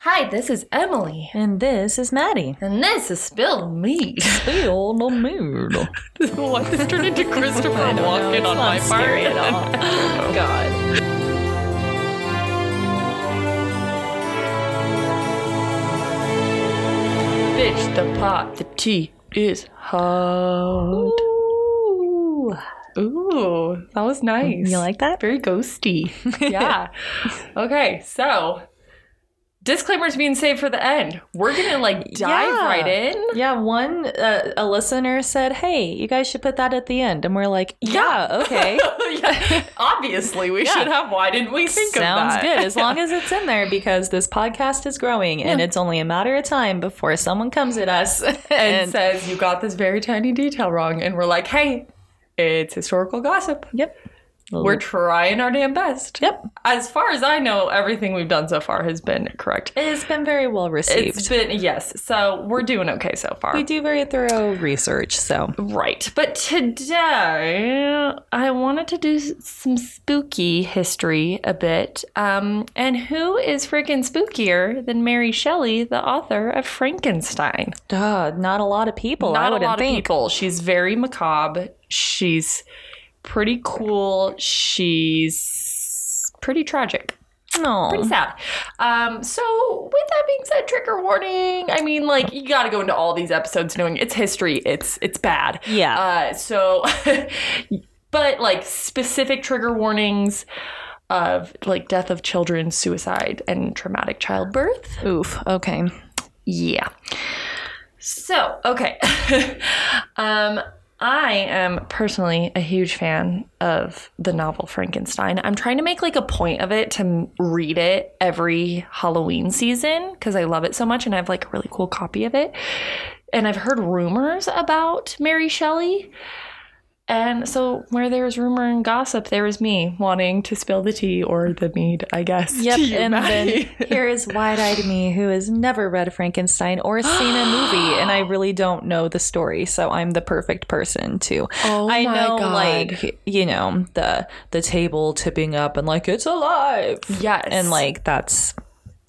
Hi, this is Emily. And this is Maddie. And this is Spilled Meat. Feel the mood. Why this turned into Christopher Walken on my part? at all. God. Bitch, the pot, the tea is hot. Ooh. Ooh, that was nice. You like that? Very ghosty. yeah. Okay, so disclaimers being saved for the end. We're gonna like dive Yeah. right in. Yeah, one uh, a listener said, "Hey, you guys should put that at the end," and we're like, "Yeah, okay, Yeah, Obviously, we Yeah. should have. Why didn't we think sounds of that? good." As long as it's in there, because this podcast is growing, and it's only a matter of time before someone comes at us and, and, says you got this very tiny detail wrong, and we're like, hey, it's historical gossip. "Yep, We're trying our damn best. yep." As far as I know, everything we've done so far has been correct. It's been very well received. It's been yes, so we're doing okay so far. we do very thorough research, so Right. But today, I wanted to do s- some spooky history a bit. Um, and who is freaking spookier than Mary Shelley, the author of Frankenstein? duh, not a lot of people. Oh, I Not a wouldn't lot think. of people. She's very macabre. She's pretty cool. She's pretty tragic. Aw. Pretty sad. Um, so, with that being said, trigger warning. I mean, like, you got to go into all these episodes knowing it's history. It's it's bad. Yeah. Uh, so, but like specific trigger warnings of like death of children, suicide, and traumatic childbirth. Oof. Okay. Yeah. So, okay. um, I am personally a huge fan of the novel Frankenstein. I'm trying to make like a point of it to m- read it every Halloween season because I love it so much and I have like a really cool copy of it. And I've heard rumors about Mary Shelley. And so, where there is rumor and gossip, there is me wanting to spill the tea or the mead, I guess. to Yep. you, and Maddie. then here is wide eyed me who has never read Frankenstein or seen a movie, and I really don't know the story, so I'm the perfect person to. Oh I my know, God. like you know, the the table tipping up and like it's alive, yes. and like that's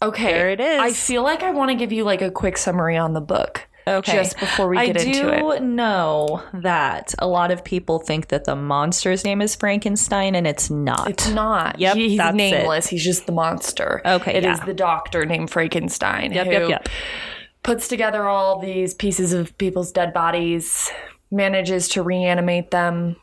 Okay. There it is. I feel like I want to give you like a quick summary on the book. Okay. Just before we get I into do it. know that a lot of people think that the monster's name is Frankenstein, and it's not. It's not. Yep, He- he's that's it. nameless. He's just the monster. Okay, It is yeah. the doctor named Frankenstein Yep, who yep, yep. puts together all these pieces of people's dead bodies, manages to reanimate them,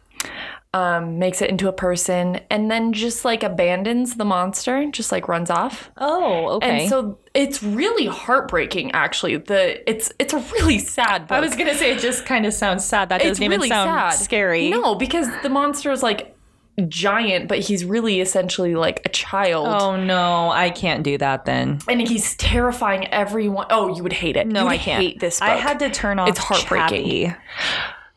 um, makes it into a person, and then just like abandons the monster, just like runs off. Oh, okay. And so it's really heartbreaking actually. The it's it's a really sad book. I was gonna say it just kind of sounds sad. That doesn't even sound scary. No, because the monster is like giant, but he's really essentially like a child. Oh no, I can't do that then. And he's terrifying everyone. Oh, you would hate it. No, You'd I can't. Hate this. Book. I had to turn off. It's heartbreaking. Chappie.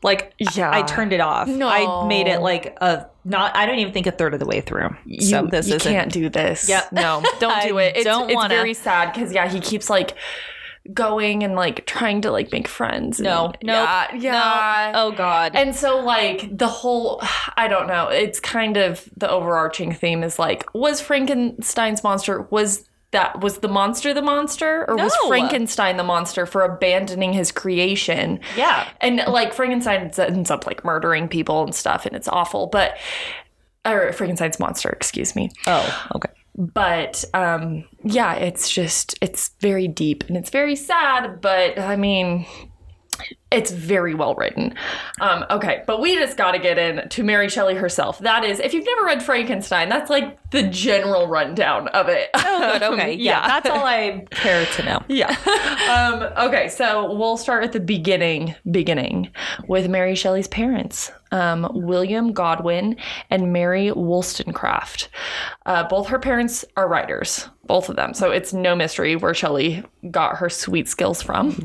Like Yeah. I turned it off. No. I made it like a not. I don't even think a third of the way through. You, so this you isn't. can't do this. Yep. No, don't I do it. It's, don't it's wanna. very sad because yeah, he keeps like going and like trying to like make friends. No, and- no, yeah, yeah. no. Oh God. And so, like, the whole, I don't know, it's kind of the overarching theme is like, was Frankenstein's monster, was that, was the monster the monster? Or was No. Frankenstein the monster for abandoning his creation? yeah. And like, Frankenstein ends up like murdering people and stuff, and it's awful, but, or Frankenstein's monster, excuse me. Oh. Okay. But, um, yeah, it's just, it's very deep and it's very sad, but I mean, it's very well written. Um, okay, but we just got to get in to Mary Shelley herself. That is, if you've never read Frankenstein, that's like the general rundown of it. Oh good. Okay. Yeah. Yeah. That's all I care to know. yeah. Um, okay, so we'll start at the beginning, beginning with Mary Shelley's parents, um, William Godwin and Mary Wollstonecraft. Uh, both her parents are writers, both of them. So it's no mystery where Shelley got her sweet skills from.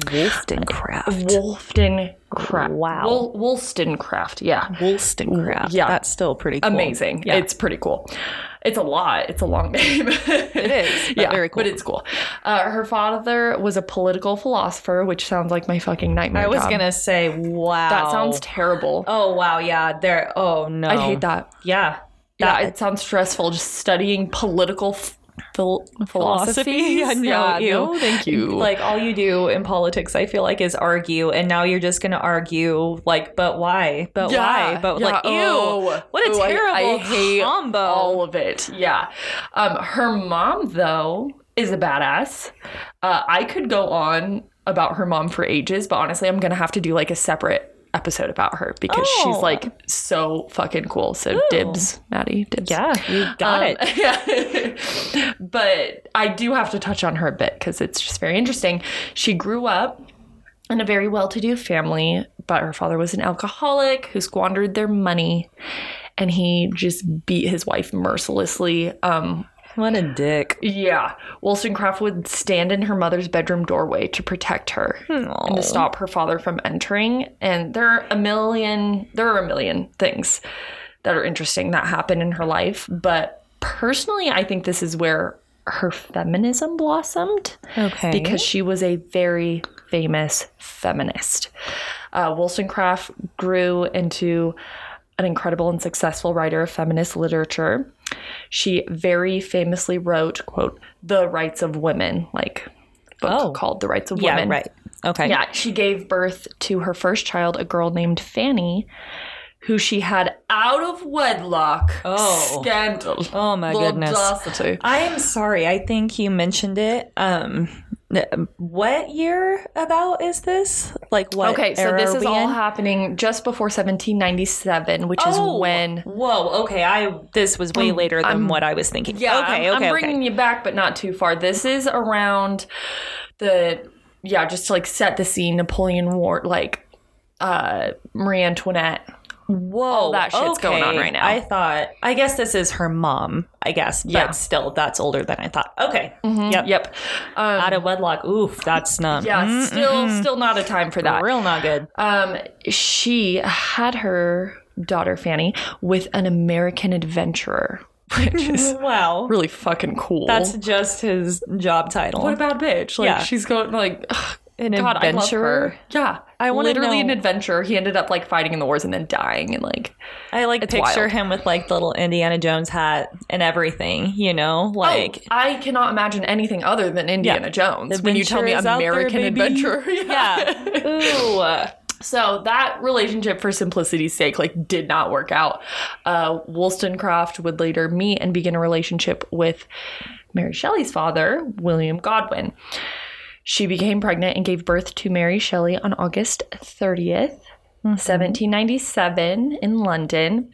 Wollstonecraft. Wollstonecraft. Wow. Wol- Wollstonecraft, yeah. Wollstonecraft. Yeah. That's still pretty cool. amazing. Yeah. It's pretty cool. It's a lot. It's a long name. it is, but yeah, very cool. But it's cool. Uh, her father was a political philosopher, which sounds like my fucking nightmare. I was job. gonna say, wow. That sounds terrible. Um, Oh wow. Yeah. There. Oh no. I'd hate that. Yeah. Yeah, it sounds stressful just studying political f- phil- philosophy. philosophy? Yeah, no, ew. no, thank you. Like all you do in politics, I feel like, is argue, and now you're just going to argue, like, but why? But why? But yeah, like, ew! oh, what a oh, I- terrible I hate combo! all of it. Yeah. Um, her mom, though, is a badass. Uh, I could go on about her mom for ages, but honestly, I'm going to have to do like a separate episode about her because she's Oh. like so fucking cool. So dibs, Maddie, dibs. yeah, you got Um, it. Yeah. but I do have to touch on her a bit because it's just very interesting. She grew up in a very well to do family, but her father was an alcoholic who squandered their money and he just beat his wife mercilessly. Um, What a dick! yeah. Wollstonecraft would stand in her mother's bedroom doorway to protect her and to Oh. stop her father from entering. And there are a million, there are a million things that are interesting that happen in her life. But personally, I think this is where her feminism blossomed Okay, because she was a very famous feminist. Uh, Wollstonecraft grew into an incredible and successful writer of feminist literature. She very famously wrote, quote, The Rights of Women, like book Oh. called The Rights of yeah, Women. right. Okay, Yeah, she gave birth to her first child, a girl named Fanny, who she had out of wedlock. Oh. Scandal. Oh my goodness. Audacity. I am sorry. I think you mentioned it. Um, n- what year about is this? Like what? Okay, so era this are is we all in? happening just before 1797, which Oh, is when. Whoa. Okay. I this was way later than what I was thinking. Yeah, Okay. I'm, okay. I'm bringing you back, but not too far. This is around the, yeah, just to like set the scene. Napoleon War, like uh Marie Antoinette. Whoa. that shit's going on okay. right now. I thought. I guess this is her mom. I guess. But Yeah. still, that's older than I thought. Okay. Yep. Yep. Um, Out of wedlock. Oof. That's not. yeah, mm, still, still not a time for that. Real not good. Um, she had her daughter Fanny with an American adventurer, which is Oh, wow. really fucking cool. That's just his job title. what a bad bitch. Like Yeah. she's going like An God, adventurer. I love her. Yeah, I wanna literally an know- adventurer. He ended up like fighting in the wars and then dying and like I like picture wild. him with like the little Indiana Jones hat and everything, you know, like Oh, I cannot imagine anything other than Indiana Yeah. Jones when you tell me Adventure is out there, American baby. adventurer. yeah. Ooh, uh, So that relationship, for simplicity's sake, like did not work out. Uh, Wollstonecraft would later meet and begin a relationship with Mary Shelley's father, William Godwin. She became pregnant and gave birth to Mary Shelley on August 30th. 1797 in London.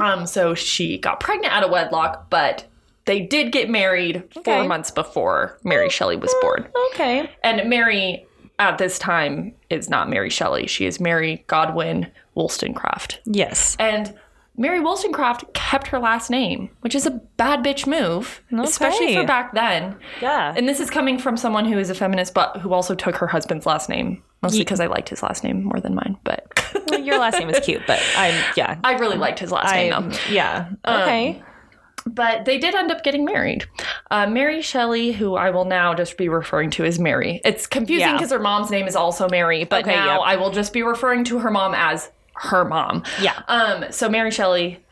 Um, so she got pregnant out of wedlock, but they did get married four Okay. months before Mary Shelley was born. okay. And Mary at this time is not Mary Shelley. She is Mary Godwin Wollstonecraft. Yes. And Mary Wollstonecraft kept her last name, which is a bad bitch move, especially Okay. for back then. Yeah. And this is coming from someone who is a feminist, but who also took her husband's last name, mostly because I liked his last name more than mine. But Your last name is cute, but I'm yeah. I really liked his last name. though. I'm- yeah. Okay. but they did end up getting married. Uh, Mary Shelley, who I will now just be referring to as Mary. It's confusing Yeah. because her mom's name is also Mary, but Okay, now yep. I will just be referring to her mom as her mom. Yeah. Um. So Mary Shelley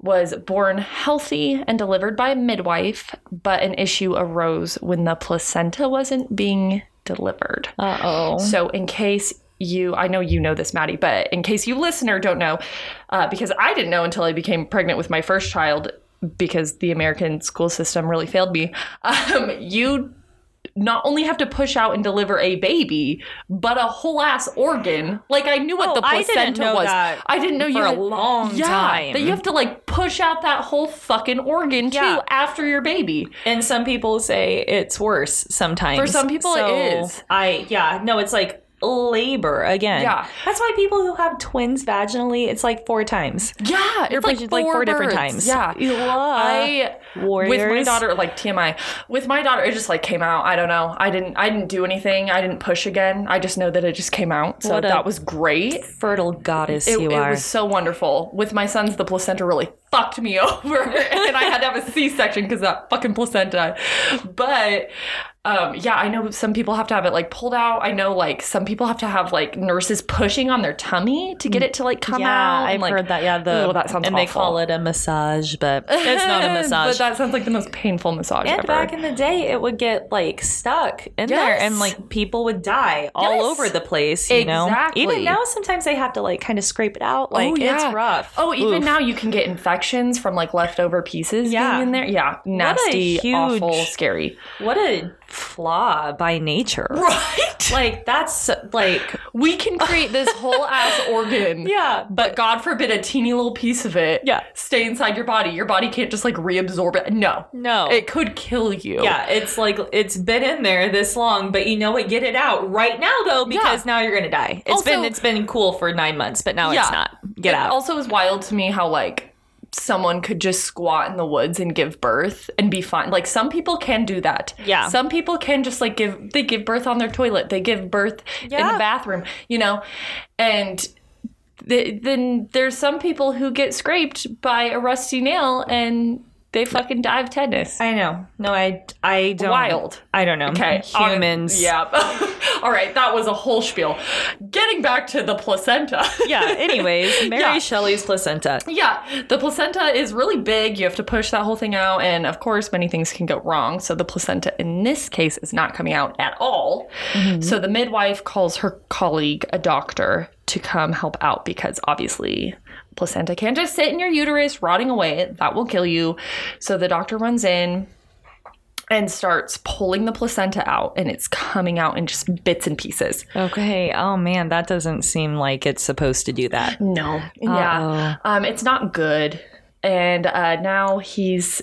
was born healthy and delivered by a midwife, but an issue arose when the placenta wasn't being delivered. Uh oh. So, in case you, I know you know this, Maddie, but in case you listener don't know, uh, because I didn't know until I became pregnant with my first child, because the American school system really failed me, um, you not only have to push out and deliver a baby, but a whole ass organ. Like, I knew what Oh, the I placenta didn't know was. that I didn't know you for a had- long yeah, time. That you have to, like, push out that whole fucking organ, Yeah. too, after your baby. And some people say it's worse sometimes. For some people, it So, is. I yeah. No, it's like labor again. Yeah. That's why people who have twins vaginally, it's like four times. Yeah, it's like, like four different births. times. Yeah, Ew, I Uh, with my warriors. daughter like TMI with my daughter it just like came out. I don't know. I didn't I didn't do anything. I didn't push again. I just know that it just came out. So What a- that was great. Fertile goddess It, you it are. was so wonderful. With my sons, the placenta really fucked me over, and I had to have a C section because that fucking placenta. But Um, yeah, I know some people have to have it like pulled out. I know like some people have to have like nurses pushing on their tummy to get it to like come out. Mm. yeah, I've and, like, heard that. Yeah, the Ooh, that sounds and they awful. call it a massage, but it's not a massage. but that sounds like the most painful massage and ever. back in the day, it would get like stuck in there, and Yes. like people would die all Yes. over the place. You Exactly. Oh, know, even now sometimes they have to like kind of scrape it out. Like yeah. it's rough. Oh, even Oof. now you can get infections from like leftover pieces Yeah. being in there. Yeah, nasty, huge- awful, scary. what a flaw by nature. Right? Like that's like we can create this whole ass organ. yeah, But God forbid a teeny little piece of it Yeah. stay inside your body. Your body can't just like reabsorb it. No. no. It could kill you. yeah, it's like it's been in there this long, but you know what? Get it out right now though, because now you're gonna die. It's been Also- it's been cool for nine months, but now Yeah. it's not. Get it out. also is wild to me how like someone could just squat in the woods and give birth and be fine. Like some people can do that. Yeah. Some people can just like give they give birth on their toilet. They give birth in Yeah. the bathroom, you know. And th- then there's some people who get scraped by a rusty nail and they fucking die of tetanus. I know. No, I I don't. Wild. I don't know. Okay. on- humans. yeah. All right. That was a whole spiel. Getting back to the placenta. yeah. Anyways, Mary Yeah. Shelley's placenta. Yeah, the placenta is really big. You have to push that whole thing out, and of course, many things can go wrong. So the placenta in this case is not coming out at all. So the midwife calls her colleague, a doctor, to come help out because obviously placenta can't just sit in your uterus rotting away. That will kill you. So the doctor runs in and starts pulling the placenta out, and it's coming out in just bits and pieces. Okay. Oh man, that doesn't seem like it's supposed to do that. No. Yeah. Um, it's not good. And uh, now he's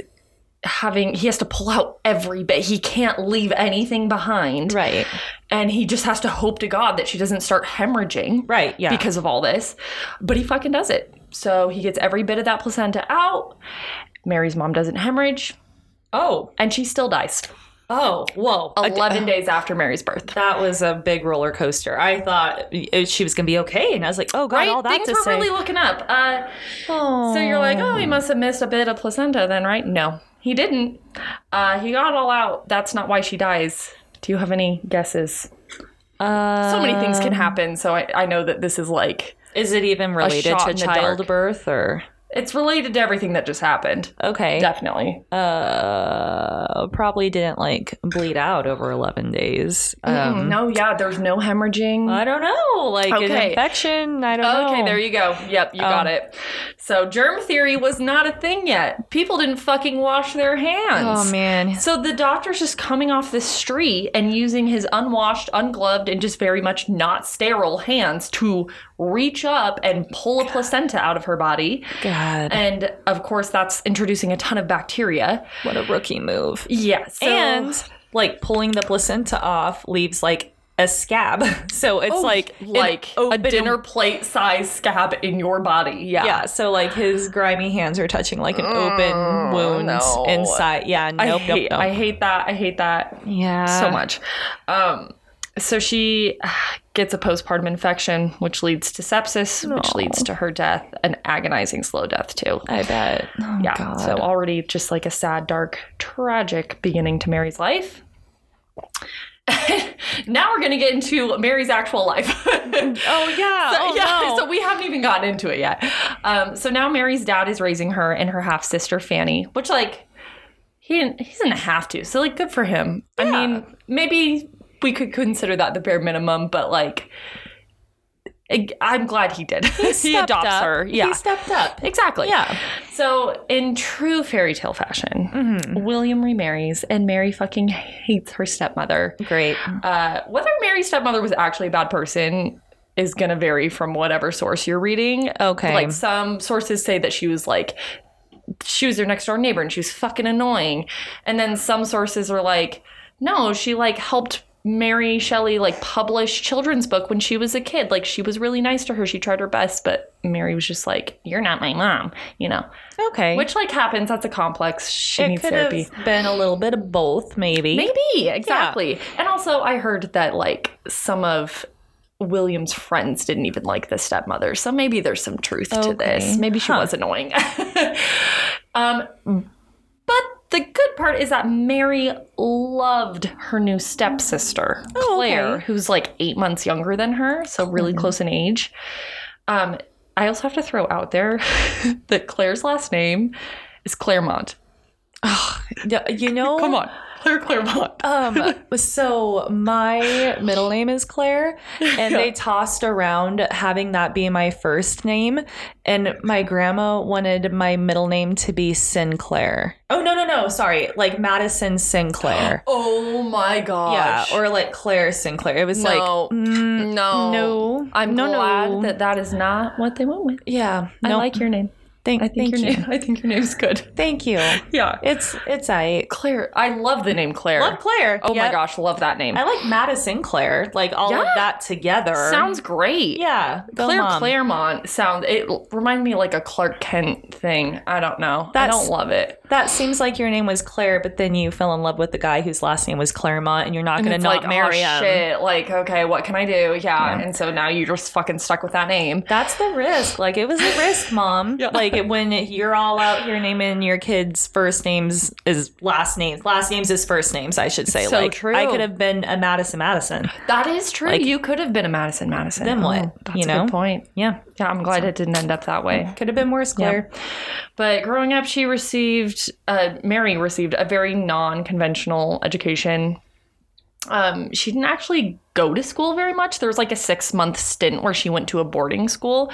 having, he has to pull out every bit. He can't leave anything behind. Right. And he just has to hope to God that she doesn't start hemorrhaging Right. Yeah. because of all this. But he fucking does it. So he gets every bit of that placenta out. Mary's mom doesn't hemorrhage. oh. And she still dies Oh. Whoa. 11 days after Mary's birth. that was a big roller coaster. I thought it, she was gonna be okay, and I was like, oh god, all that Things to we're say. really looking up. Uh, oh. So you're like, oh, he must have missed a bit of placenta then, right? No, he didn't. Uh, he got it all out. That's not why she dies. Do you have any guesses? uh, So many things can happen. So I, I know that this is like, is it even related shot to in the dark. childbirth or? it's related to everything that just happened. Okay. Definitely. Um, Uh, probably didn't like bleed out over eleven days. Um, Mm, no, yeah, there's no hemorrhaging. I don't know, like an Okay. infection. I don't know. Um, Okay, there you go. Yep, you got it. So germ theory was not a thing yet. People didn't fucking wash their hands. Oh man. So the doctor's just coming off the street and using his unwashed, ungloved, and just very much not sterile hands to reach up and pull a placenta out of her body. God, And of course, that's introducing a ton of bacteria. what a rookie move. Yeah. So, and like pulling the placenta off leaves like a scab. So it's like an Oh, like a open- dinner plate size scab in your body. Yeah. Yeah, so like his grimy hands are touching like an open wound Mm, no. inside. Yeah, nope, I, nope, hate, nope. I hate that. I hate that. yeah, so much. Um, so she ah, gets a postpartum infection, which leads to sepsis, which leads to her death, an agonizing slow death too. I bet. Oh, yeah. God. So already just like a sad, dark, tragic beginning to Mary's life. now we're gonna get into Mary's actual life. oh yeah. So- oh, yeah, no. so we haven't even gotten into it yet. Um, so now Mary's dad is raising her and her half sister Fanny, which like he didn't, he doesn't have to. So like, good for him. I mean, maybe we could consider that the bare minimum, but like, I- I'm glad he did. He, Stepped adopts up. her. Yeah. He stepped up. Exactly. Yeah. So, in true fairy tale fashion, Mm-hmm. William remarries, and Mary fucking hates her stepmother. Great. Uh, whether Mary's stepmother was actually a bad person is going to vary from whatever source you're reading. Okay. Like some sources say that she was like, she was their next door neighbor and she was fucking annoying. And then some sources are like, no, she like helped Mary Shelley like publish children's book when she was a kid. Like she was really nice to her. She tried her best, but Mary was just like, you're not my mom, you know, Okay. which like happens. That's a complex. She it needs could therapy. have been a little bit of both, maybe. Maybe, exactly. And also, I heard that like some of William's friends didn't even like the stepmother. So maybe there's some truth to Okay. this. Maybe she was annoying. um, but the good part is that Mary loved her new stepsister, Oh, okay. Mm-hmm. Claire, who's like eight months younger than her, so really close in age. Um, I also have to throw out there that Claire's last name is Claremont. Yeah, You know, Come on, Claire Claremont. Um, so my middle name is Claire, and they tossed around having that be my first name, and my grandma wanted my middle name to be Sinclair. Oh no, no, no, sorry, like Madison Sinclair. Oh my yeah, gosh. or like Claire Sinclair. It was like No. mm, no. no, I'm no, glad no. that that is not what they went with. yeah, I no, like your name. thank, I think thank your you, name. I think your name's good. thank you. Yeah. It's it's I Claire. I love the name Claire. love Claire. Oh my Yep. gosh, love that name. I like Madison Claire. Like all Yeah. of that together Sounds great. yeah. go Claire Mom. Claremont sound it l- remind me like a Clark Kent thing. I don't know. I That's- don't love it. That seems like your name was Claire, but then you fell in love with the guy whose last name was Claremont, and you're not going to It's not like, oh, marry him. shit. Like, okay, what can I do? Yeah. And so now you're just fucking stuck with that name. That's the risk. Like it was a risk, mom. Yeah. Like it- when you're all out here naming your kids first names is last names, last names is first names. I should say. So like true. I could have been a Madison Madison. That is true. Like- you could have been a Madison Madison. Then what? Oh, that's You a know? good point. Yeah, Yeah, I'm glad it didn't end up that way. could have been worse, Claire. But growing up, she received, uh, Mary received a very non conventional education. Um, she didn't actually go to school very much. There was like a six month stint where she went to a boarding school.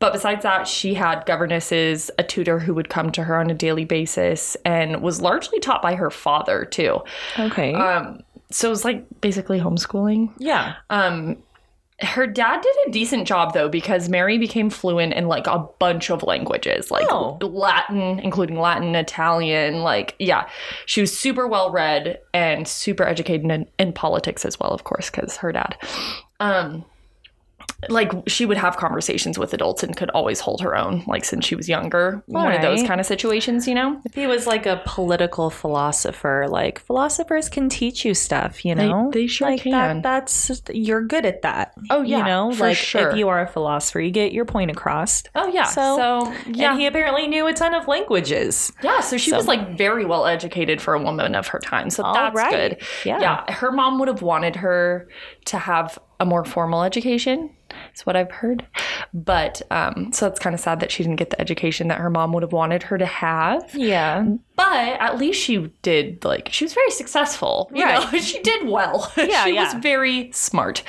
But besides that, she had governesses, a tutor who would come to her on a daily basis, and was largely taught by her father, too. Okay. Um, so it was like basically homeschooling. Uh, yeah. Um, her dad did a decent job though because Mary became fluent in like a bunch of languages, like Oh. Latin, including Latin, Italian. Like, yeah, she was super well read and super educated in, in politics as well, of course, because her dad. Um, like she would have conversations with adults and could always hold her own. Like since she was younger, one of those Alright. kind of situations, you know. If he was like a political philosopher, like philosophers can teach you stuff, you They- know? they sure like can. That, that's you're good at that. Oh, yeah, you know, for like sure. if you are a philosopher, you get your point across. Oh yeah, So- so yeah, And he apparently knew a ton of languages. Yeah, so she So- was like very well educated for a woman of her time. So All that's right. good. Yeah. Her mom would have wanted her to have a more formal education, is what I've heard. But um, so it's kind of sad that she didn't get the education that her mom would have wanted her to have. Yeah. But at least she did, like, she was very successful. You Right. know, she did well. Yeah, she yeah. was very smart.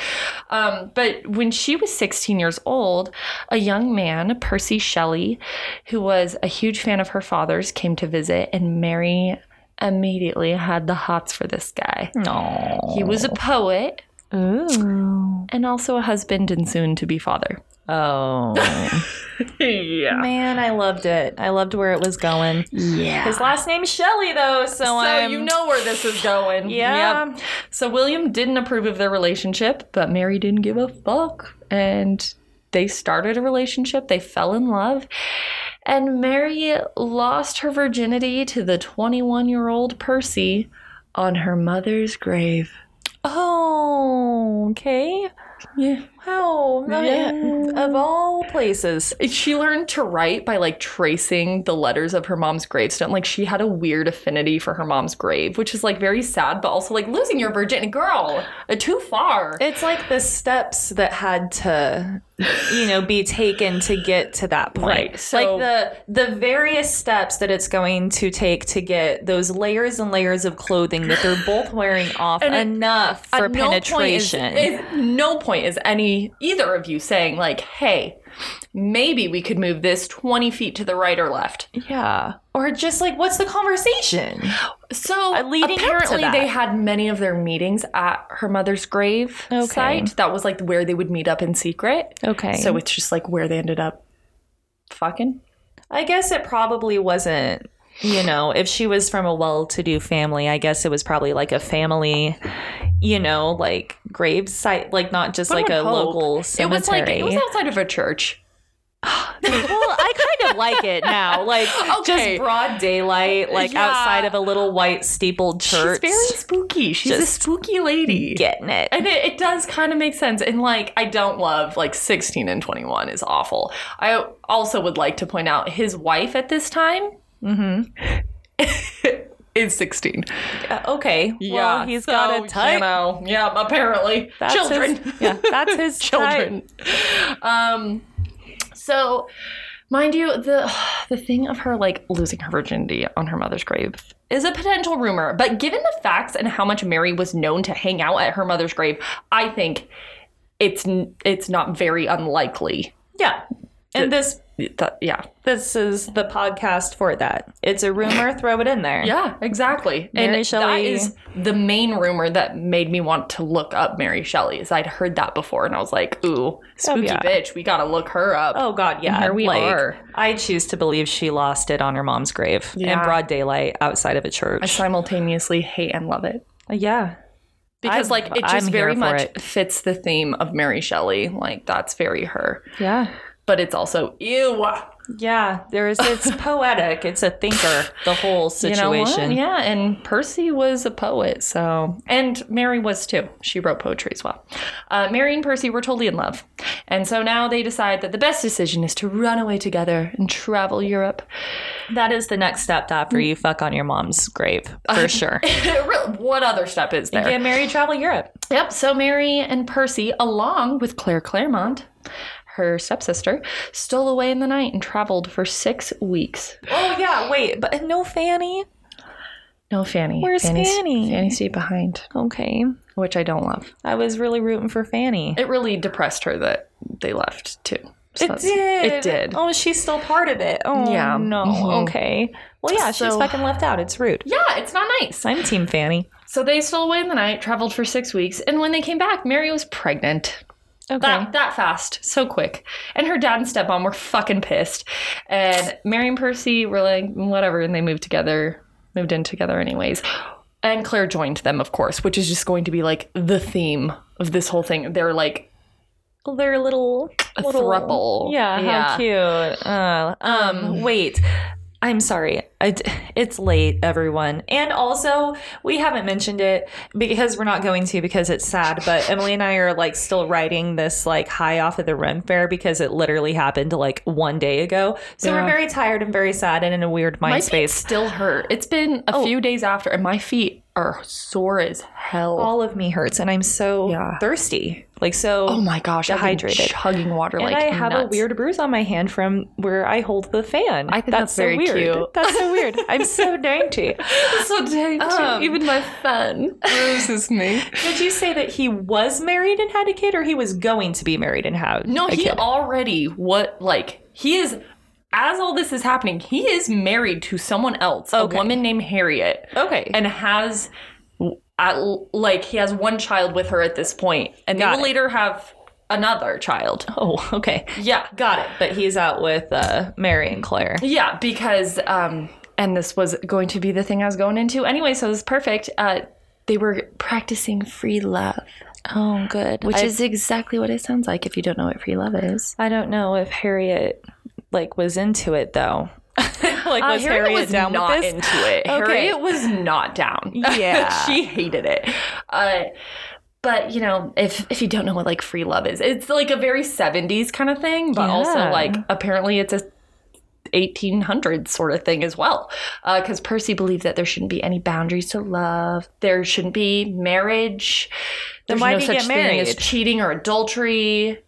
Um, but when she was 16 years old, a young man, Percy Shelley, who was a huge fan of her father's, came to visit, and Mary immediately had the hots for this guy. No. He was a poet Ooh. and also a husband and soon to be father. Oh. yeah. Man, I loved it. I loved where it was going. Yeah. His last name's Shelley though, so, So I'm you know where this is going. Yeah. Yep. So William didn't approve of their relationship, but Mary didn't give a fuck. And they started a relationship. They fell in love. And Mary lost her virginity to the 21 year old Percy on her mother's grave. Oh, okay. Yeah. Wow. I- Yeah. Of all places. She learned to write by like tracing the letters of her mom's gravestone. Like she had a weird affinity for her mom's grave, which is like very sad, but also like losing your virginity. Girl, uh, too far. It's like the steps that had to, you know, be taken to get to that point. Right, so- like the the various steps that it's going to take to get those layers and layers of clothing that they're both wearing off And it- enough for At no point is- penetration. is- no point is any either of you saying like, "Hey, maybe we could move this twenty feet to the right or left." yeah. Or just like, what's the conversation? So Uh, leading up to apparently, that. they had many of their meetings at her mother's grave Okay. site. That was like where they would meet up in secret. Okay. So So it's just like where they ended up fucking. I guess it probably wasn't. You know, if she was from a well-to-do family, I guess it was probably like a family, you know, like grave site, like not just One like would a hope. local It cemetery. was like it was outside of a church. well, I kind of like it now. Like Okay. just broad daylight, like Yeah. outside of a little white steepled church. She's very spooky. She's a Just spooky lady. getting it. And it, it does kind of make sense. And like, I don't love like 16 and 21 is awful. I also would like to point out his wife at this time hmm mm-hmm, is 16. Uh, okay. well, he's so, got a type. You know, yeah, apparently. That's his- Children. yeah, that's his Children. type. Um, so, mind you, the the thing of her like losing her virginity on her mother's grave is a potential rumor, but given the facts and how much Mary was known to hang out at her mother's grave, I think it's n- it's not very unlikely Yeah. And this that yeah this is the podcast for that. It's a rumor. throw it in there. Yeah, exactly. Mary and Shelley. that is the main rumor that made me want to look up Mary Shelley. Is I'd heard that before, and I was like, "Ooh, spooky yeah. bitch, we gotta look her up." Oh God, yeah. Here we like, are. I choose to believe she lost it on her mom's grave in Yeah. broad daylight outside of a I church. simultaneously hate and love it yeah. because, I'm- like, it I'm just here very for much it. fits the theme of Mary Shelley. Like, that's very her, Yeah. but it's also ew. Yeah. There is it's poetic. It's a thinker, the whole situation. You know what? Yeah, and Percy was a poet, so and Mary was too. She wrote poetry as well. Uh, Mary and Percy were totally in love, and so now they decide that the best decision is to run away together and travel Europe. That is the next step after you fuck on your mom's grave, for sure. what other step is there? Get married, travel Europe. Yep. So Mary and Percy, along with Claire Claremont. Her stepsister stole away in the night and traveled for six weeks. Oh yeah, wait, but no Fanny. No, Fanny. Where's Fanny's- Fanny? Fanny stayed behind, Okay, which I don't love. I was really rooting for Fanny. it really depressed her that they left too. So that's- It did. Oh, she's still part of it. Oh Yeah. Mm-hmm. no. Okay. Well, yeah, she's So- fucking left out. It's rude. Yeah, it's not nice. I'm Team Fanny. So they stole away in the night, traveled for six weeks, and when they came back, Mary was pregnant. Okay. That, that fast, so quick. And her dad and stepmom were fucking pissed. And Mary and Percy were like, whatever, and they moved together, moved in together anyways. And Claire joined them, of course, which is just going to be like the theme of this whole thing. They're like Well, They're little a little throuple. Yeah, how cute. Uh, um, wait. I'm sorry. I d it's late, everyone. And also, we haven't mentioned it because we're not going to because it's sad. But Emily and I are like still writing this like high off of the run fair because it literally happened like one day ago. So we're Yeah. very tired and very sad and in a weird mind My feet space. Oh. still hurt. It's been a few days after, and my feet are sore as hell. All of me hurts, and I'm so Yeah. thirsty. Like so. oh my gosh, Dehydrated. I've been chugging water and like I have a nuts. weird bruise on my hand from where I hold the fan. I think that's very so weird. cute. That's so weird. I'm so dainty. Um, so dainty. Even Even my fan bruises me. Did you say that he was married and had a kid, or he was going to be married and have? No, a he kid? already what like he is. As all this is happening, he is married to someone else, Okay. a woman named Harriet, okay. and has at, like he has one child with her at this point, and Got they will it. later have another child. oh, okay. Yeah, Got it. But he's out with uh, Mary and Claire. Yeah, because um and this was going to be the thing I was going into anyway, so it was perfect. Uh they were practicing free love, Oh, good. which I, is exactly what it sounds like if you don't know what free love is. I don't know if Harriet like was into it though. like was Uh, Harriet, down with this? into it. Harriet was not down. Yeah. she hated it. Uh, but you know, if if you don't know what like free love is, it's like a very seventies kind of thing, but also Yeah. like apparently it's a 1800s sort of thing as well because percy believed that there shouldn't be any boundaries to love there shouldn't be marriage Then there's why no do you such get thing as married? cheating or adultery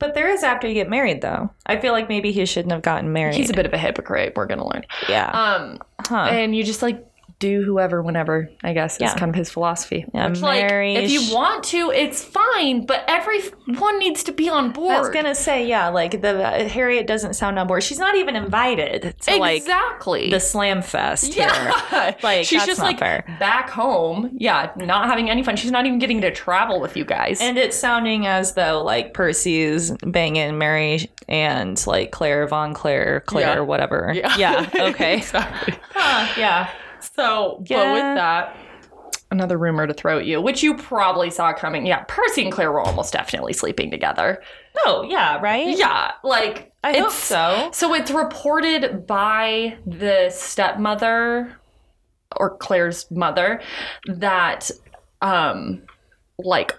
But there is after you get married though. I feel like maybe he shouldn't have gotten married. he's a bit of a hypocrite we're gonna learn yeah. um huh. and you just like do whoever whenever i guess Yeah. is kind of his philosophy Yeah, Which, like marry- if you want to it's fine but everyone needs to be on board I was gonna say, yeah, like the uh, Harriet doesn't sound on board. She's not even invited to like exactly the slam fest here. yeah Like, she's that's just not like fair. back home yeah not having any fun she's not even getting to travel with you guys And it's sounding as though like Percy's banging Mary and like Claire Von Claire, Claire, Yeah. whatever. Yeah. okay. exactly Huh, yeah. so but Yeah. with that another rumor to throw at you which you probably saw coming yeah percy and claire were almost definitely sleeping together Oh, yeah, right? yeah like I hope it's so. So it's reported by the stepmother or Claire's mother that um like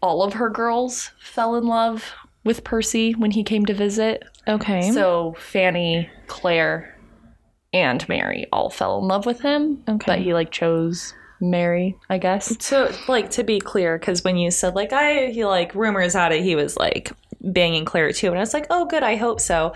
all of her girls fell in love with Percy when he came to visit. Okay. So Fanny, Claire, and Mary all fell in love with him. Okay. But he like chose Mary, I guess. So, like, to be clear, because when you said, like, I, he, like, rumors had it, he was, like, banging Claire too. And I was like, oh, good, I hope so.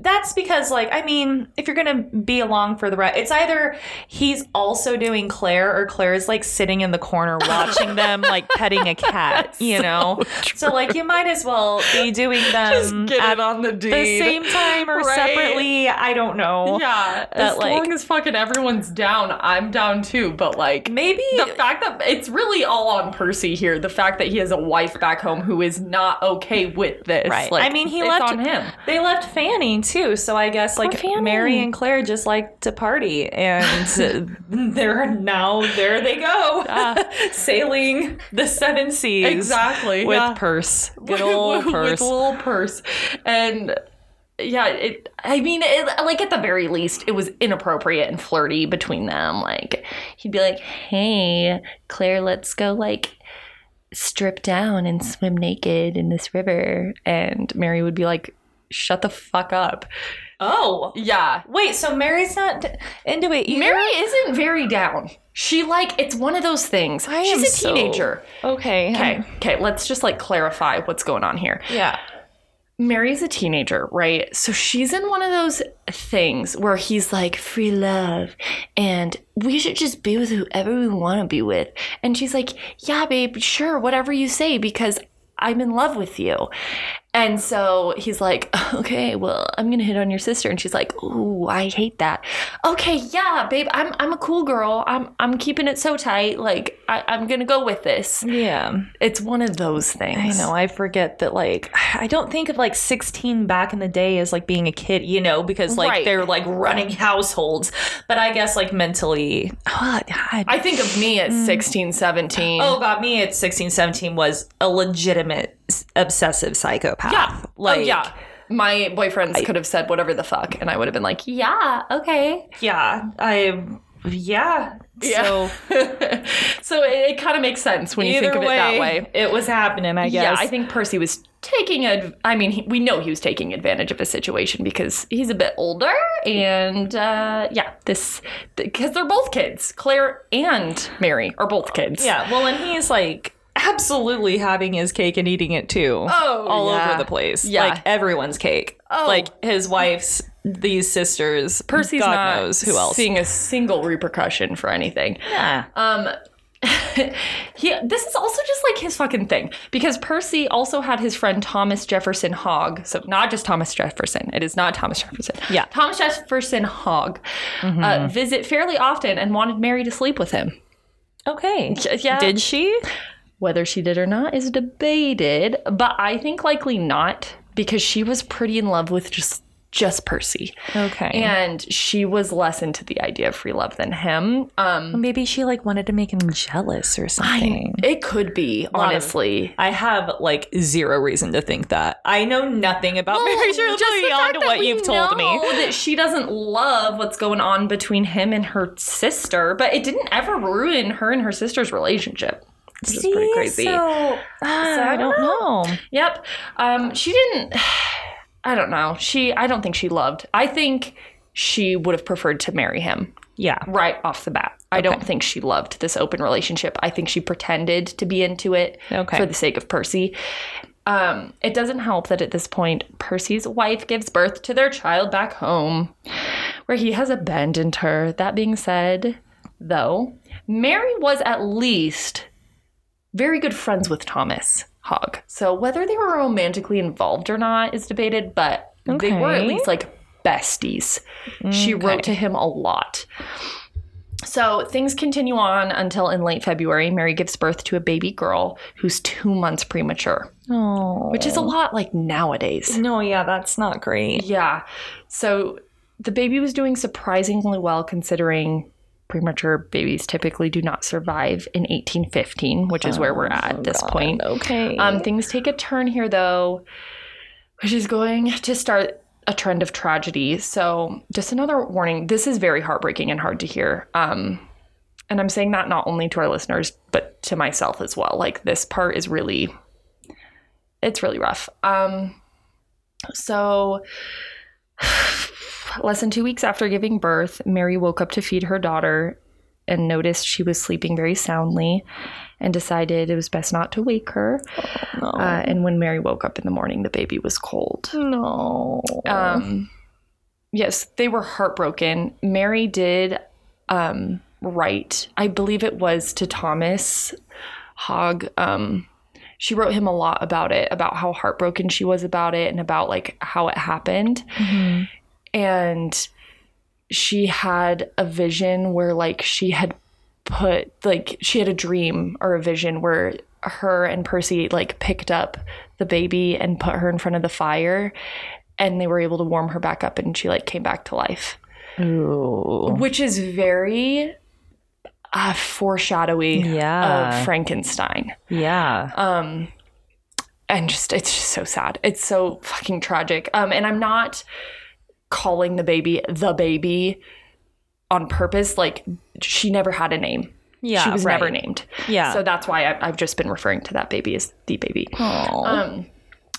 That's because, like, I mean, if you're going to be along for the ride, it's either he's also doing Claire or Claire is, like, sitting in the corner watching them, like, petting a cat, you know? So, like, you might as well be doing Um, them at on the the same time or Right. separately. I don't know. Yeah, as like- long as fucking everyone's down, I'm down too. But like, Maybe the fact that it's really all on Percy here. The fact that he has a wife back home who is not okay with this. Right. Like, I mean, he it's left on him. They left Fanny too, so I guess like Fanny. Mary and Claire just like to party, and they're now there they go, sailing the seven seas Ah. Exactly. with yeah. purse, good old With purse. little purse, and Yeah, it, I mean, it, like at the very least, it was inappropriate and flirty between them. Like, he'd be like, hey, Claire, let's go, like, strip down and swim naked in this river. And Mary would be like, shut the fuck up. oh, yeah, wait, so Mary's not d- into it either. Mary isn't very down. She, like, it's one of those things. I am She's a so- teenager. okay, um, Okay, okay, let's just, like, clarify what's going on here. yeah, Mary's a teenager, right? So she's in one of those things where he's like, free love, and we should just be with whoever we want to be with. And she's like, yeah, babe, sure, whatever you say, because I'm in love with you. And so he's like, okay, well, I'm going to hit on your sister. And she's like, ooh, I hate that. Okay, yeah, babe, I'm, I'm a cool girl. I'm, I'm keeping it so tight. Like, I, I'm going to go with this. yeah. It's one of those I things. know. I forget that. Like, I don't think of like sixteen back in the day as like being a kid, you know, because like Right. they're like running households. But I guess like mentally, oh, God. I think of me Mm. at 16, 17. oh god, me at 16, 17 was a legitimate s- obsessive psychopath. yeah, like oh, yeah. My boyfriends could have said whatever the fuck, and I would have been like, Yeah, okay. yeah, I yeah. So so it, it kind of makes sense when you think either of it way, that way. it was happening. I guess. Yeah, I think Percy was taking a. I mean, he, we know he was taking advantage of a situation because he's a bit older, and uh, yeah, this because they're both kids. Claire and Mary are both kids. yeah. Well, and he's like absolutely having his cake and eating it too. Oh, all yeah. over the place. Yeah. Like everyone's cake. Oh. Like his wife's, these sisters. Percy's God not knows who else. seeing a single repercussion for anything. yeah. Um, he, this is also just like his fucking thing because Percy also had his friend Thomas Jefferson Hogg. So not just Thomas Jefferson. It is not Thomas Jefferson. Yeah. Mm-hmm. Thomas Jefferson Hogg uh, visit fairly often and wanted Mary to sleep with him. okay. yeah. Did she? Whether she did or not is debated, but I think likely not because she was pretty in love with just just Percy. Okay. And she was less into the idea of free love than him. Um, Maybe she like wanted to make him jealous or something. it could be of- honestly. I have like zero reason to think that. I know nothing about Well, Mary Shirley just the beyond fact that what we you've told me. know That she doesn't love what's going on between him and her sister, but it didn't ever ruin her and her sister's relationship. Which is pretty crazy. So, I don't know. Yep. Um, she didn't. I don't know. She. I don't think she loved. I think she would have preferred to marry him Yeah. right off the bat. I don't think she loved this open relationship. I think she pretended to be into it Okay. for the sake of Percy. Um, it doesn't help that at this point, Percy's wife gives birth to their child back home, where he has abandoned her. That being said, though, Mary was at least very good friends with Thomas Hogg. So whether they were romantically involved or not is debated, but they were at Okay. Mm, least like besties. She wrote to him a lot. So things continue on until in late February, Mary gives birth to a baby girl who's two months premature, Oh. which is a lot like nowadays. No, yeah, that's not great. Yeah. So the baby was doing surprisingly well considering premature babies typically do not survive in 1815, which is where Oh, we're at at this point. Okay. Um, things take a turn here, though, which is going to start a trend of tragedy. So, just another warning this is very heartbreaking and hard to hear. Um, and I'm saying that not only to our listeners, but to myself as well. Like, this part is really, it's really rough. Um, so, Less than two weeks after giving birth, Mary woke up to feed her daughter and noticed she was sleeping very soundly and decided it was best not to wake her. Oh. Uh, and when Mary woke up in the morning, the baby was cold. No. Um, yes, they were heartbroken. Mary did um, write, I believe it was to Thomas Hogg. Um, she wrote him a lot about it, about how heartbroken she was about it and about like how it happened. Mm-hmm. And she had a vision where like she had put like she had a dream or a vision where her and Percy like picked up the baby and put her in front of the fire and they were able to warm her back up and she like came back to life Ooh. which is very uh, foreshadowy Yeah. of Frankenstein Yeah. um and just it's just so sad it's so fucking tragic um and i'm not calling the baby the baby on purpose like she never had a name yeah. she was right. never named Yeah. so that's why I, i've just been referring to that baby as the baby um,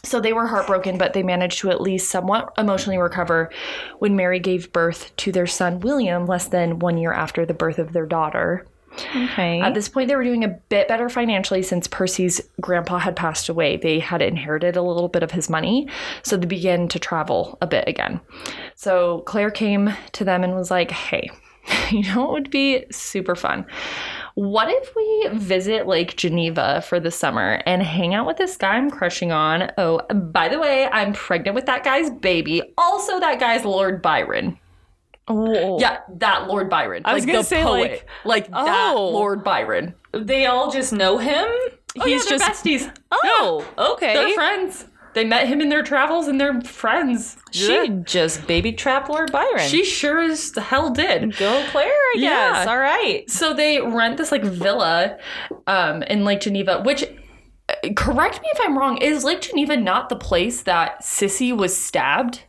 so they were heartbroken, but they managed to at least somewhat emotionally recover when Mary gave birth to their son William less than one year after the birth of their daughter. okay. At this point, they were doing a bit better financially since Percy's grandpa had passed away. They had inherited a little bit of his money, so they began to travel a bit again. So Claire came to them and was like, hey, you know it would be super fun? What if we visit Lake Geneva for the summer and hang out with this guy I'm crushing on? Oh, by the way, I'm pregnant with that guy's baby. Also, that guy's Lord Byron. Ooh. Yeah, that Lord Byron. I was like gonna the say, poet. like- like that Oh. Lord Byron. They all just know him. He's yeah, they're just besties. oh okay. They're friends. They met him in their travels and they're friends. She just baby trapped Lord Byron. She sure as the hell did. go Claire, I Yeah. guess. All right. So they rent this like villa um, in Lake Geneva, which uh, correct me if I'm wrong, is Lake Geneva not the place that Sissy was stabbed?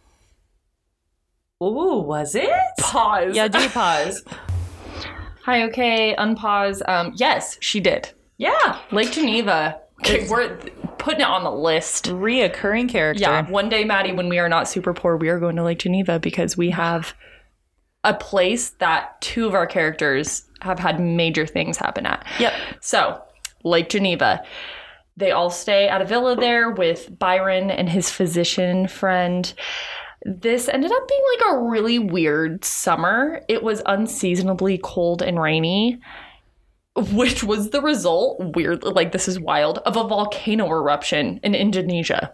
Ooh, was it? Pause. Yeah, do pause. Hi, okay, unpause. Um, yes, she did. yeah. Lake Geneva. Okay, we're putting it on the list. Reoccurring character. Yeah, one day, Maddie, when we are not super poor, we are going to Lake Geneva because we have a place that two of our characters have had major things happen at. Yep. So, Lake Geneva. They all stay at a villa there with Byron and his physician friend. This ended up being like a really weird summer. It was unseasonably cold and rainy, which was the result, weird, like this is wild, of a volcano eruption in Indonesia.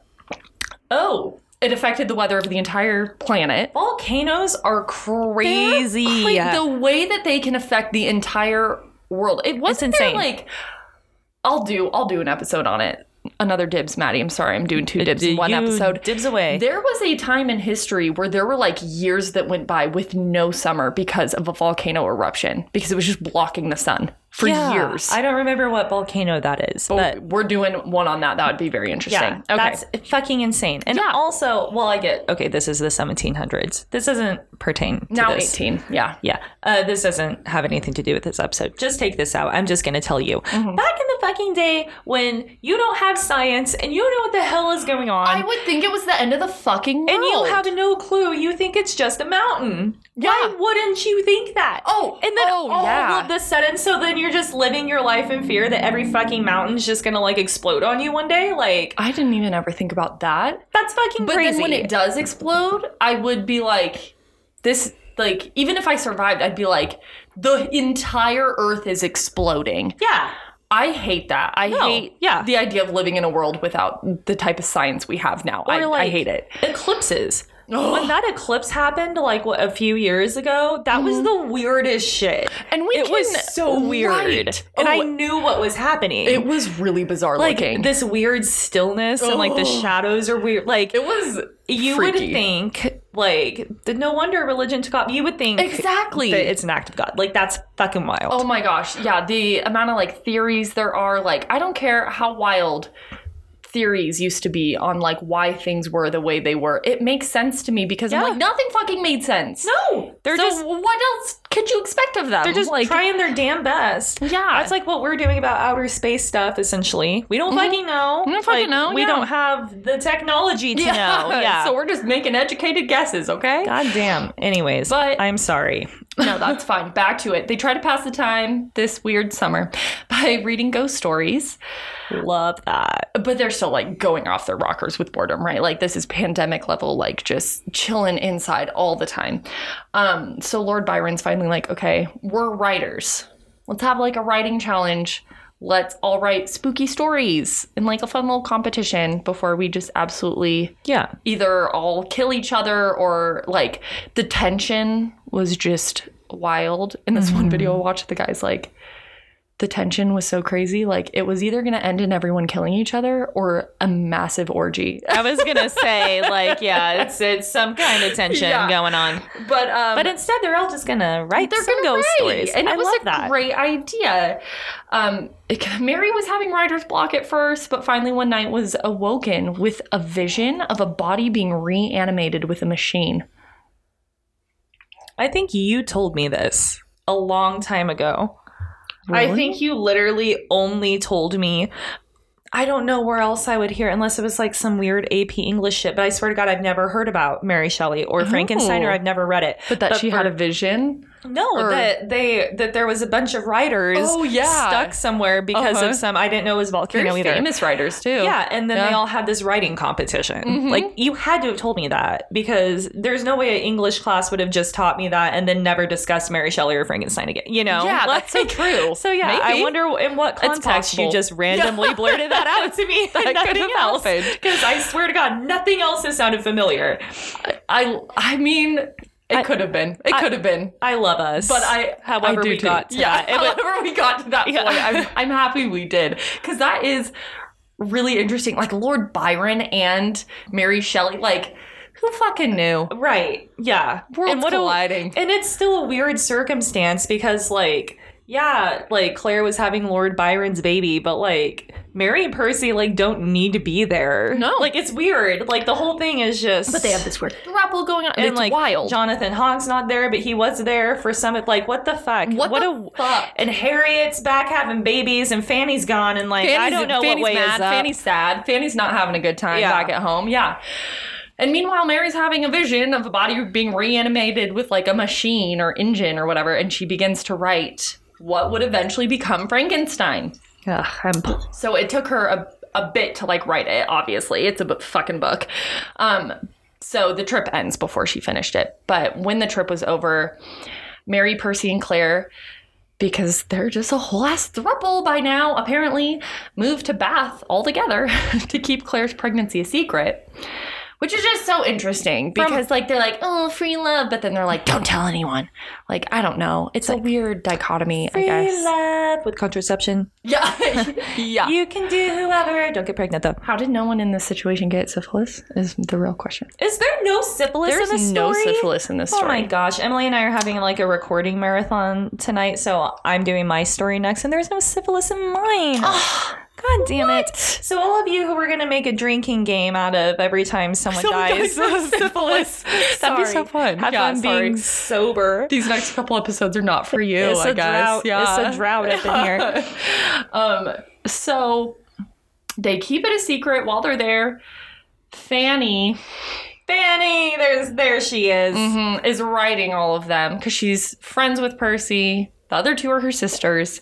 Oh, It affected the weather of the entire planet. volcanoes are crazy. Like the way that they can affect the entire world. It wasn't there, insane. like I'll do I'll do an episode on it. Another dibs, Maddie. I'm sorry, I'm doing two dibs in one You episode. Dibs away. There was a time in history where there were like years that went by with no summer because of a volcano eruption because it was just blocking the sun for Yeah. years. I don't remember what volcano that is, But but we're doing one on that. That would be very interesting. Yeah, that's fucking insane. And Yeah. also, well, I get okay. This is the 1700s. This doesn't pertain to now this. 18. Yeah. Yeah, uh, this doesn't have anything to do with this episode. Just take this out. I'm just gonna tell you. Mm-hmm. Back in the fucking day when you don't have science and you don't know what the hell is going on. I would think it was the end of the fucking world. and you have no clue. You think it's just a mountain. Why wouldn't you think that? Oh, and then oh, all yeah. of the sudden, so then you're just living your life in fear that every fucking mountain's just gonna like explode on you one day. Like I didn't even ever think about that. that's fucking But crazy. then when it does explode, I would be like, this, like, even if I survived, I'd be like, the entire earth is exploding. yeah. I hate that. I hate yeah. the idea of living in a world without the type of science we have now. I, Or, like, I hate it. Oh. Eclipses. when that eclipse happened, like what, a few years ago, that was the weirdest shit. And Mm-hmm. we it can- was so weird, Right. and Oh, I knew what was happening. It was really bizarre like looking. this weird stillness, and like the shadows are weird. Like Oh. it was you freaky. would think, like th- no wonder religion took off. You would think exactly. that it's an act of God. Like that's fucking wild. Oh my gosh. Yeah, the amount of like theories there are, like, I don't care how wild theories used to be on like why things were the way they were. It makes sense to me because I'm Yeah. like nothing fucking made sense. No, they're so just what else could you expect of them? they're just like trying their damn best. yeah, That's like what we're doing about outer space stuff, essentially. We don't fucking know. We don't fucking Like, know, Mm-hmm. We yeah. don't have the technology to know. Yeah. So we're just making educated guesses, okay? God damn. Anyways, But- I'm sorry. No, that's fine. Back to it. They try to pass the time this weird summer by reading ghost stories, Love that. but they're still like going off their rockers with boredom, right? Like this is pandemic level, like just chilling inside all the time. Um, so Lord Byron's finally like, okay, we're writers. Let's have like a writing challenge. Let's all write spooky stories in like a fun little competition before we just absolutely Yeah. either all kill each other or like the tension was just wild. In this one Mm-hmm. video I watched, the guy's like, the tension was so crazy. Like it was either going to end in everyone killing each other or a massive orgy. I was gonna say, like, yeah, it's it's some kind of tension Yeah. going on. But um, But instead, they're all just gonna write they're some gonna ghost write. stories, and I it was love a that. great idea. Um, Mary was having writer's block at first, but finally one night was awoken with a vision of a body being reanimated with a machine. I think you told me this a long time ago. I think you literally only told me. I don't know where else I would hear unless it was like some weird AP English shit, but I swear to God, I've never heard about Mary Shelley or Frankenstein, or Oh. I've never read it. But that she had a vision No, or- that they that there was a bunch of writers Oh, yeah. stuck somewhere because Uh-huh. of some I didn't know it was volcano Very either. famous writers too. Yeah, and then they Yeah. Mm-hmm. all had this writing competition. Like you had to have told me that because there's no way an English class would have just taught me that and then never discussed Mary Shelley or Frankenstein again. You know? Yeah, Like- that's so true. So yeah, I Maybe. wonder in what It's context you possible. just randomly blurted that out to me. That could nothing have else. happened. Because I swear to God, nothing else has sounded familiar. I I mean it could have been. It could have been. I love us, But I however I do we too. got to yeah, that. It was- however we got to that point. I'm I'm happy we did. Cause that is really interesting. Like Lord Byron and Mary Shelley, like who fucking knew? Right. Yeah. Worlds and what a- colliding. and it's still a weird circumstance because, like, yeah, like Claire was having Lord Byron's baby, but like Mary and Percy like don't need to be there. No. Like it's weird. Like the whole thing is just. But They have this weird throuple going on. And it's like wild. Jonathan Hogg's not there, but he was there for some. Like what the fuck? What the fuck? And Harriet's back having babies, and Fanny's gone, and like I Fanny's- don't know Fanny's what way mad. is up. Fanny's sad. Fanny's not having a good time Yeah. back at home. Yeah. And meanwhile, Mary's having a vision of a body being reanimated with like a machine or engine or whatever, and she begins to write what would eventually become Frankenstein. Ugh, I'm So it took her a, a bit to like write it, obviously. It's a bu- fucking book. Um, so the trip ends before she finished it. But when the trip was over, Mary, Percy, and Claire, because they're just a whole ass throuple by now, apparently, moved to Bath altogether to keep Claire's pregnancy a secret. Which is just so interesting because, like, they're like, oh, free love, but then they're like, don't tell anyone. Like, I don't know. It's a weird dichotomy, I guess. free love with contraception. Yeah. yeah. You can do whoever. Don't get pregnant though. How did no one in this situation get syphilis? Is the real question. Is there no syphilis in this There's no story? syphilis in this Oh story. my gosh, Emily and I are having like a recording marathon tonight, so I'm doing my story next, and there's no syphilis in mine. Ah. God damn it. So, all of you who are going to make a drinking game out of every time someone, dies dies, from syphilis. That'd be so Sorry. fun. Have Yeah, fun sorry. being sober. These next couple episodes are not for you, it's I a guess. Um, drought. It's a drought up in here. So they keep it a secret while they're there. Fanny Fanny, there's there she is. mm, is writing all of them because she's friends with Percy. The other two are her sisters.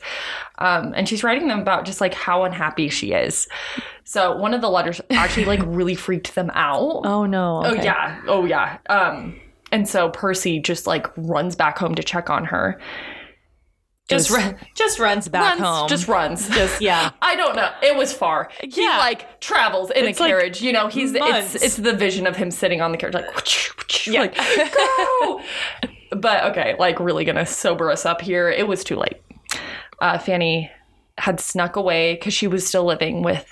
Um, and she's writing them about just like how unhappy she is. So one of the letters actually like really freaked them out. Oh no. Oh okay. yeah. Oh yeah. Um and so Percy just like runs back home to check on her. Just Just- run, just runs back runs, home. Just runs. Just- yeah. I don't know. It was far. He Yeah. like travels in It's, a like, carriage. you know, he's months. it's it's the vision of him sitting on the carriage like, like go. but okay, like really gonna sober us up here. It was too late. Uh, Fanny had snuck away because she was still living with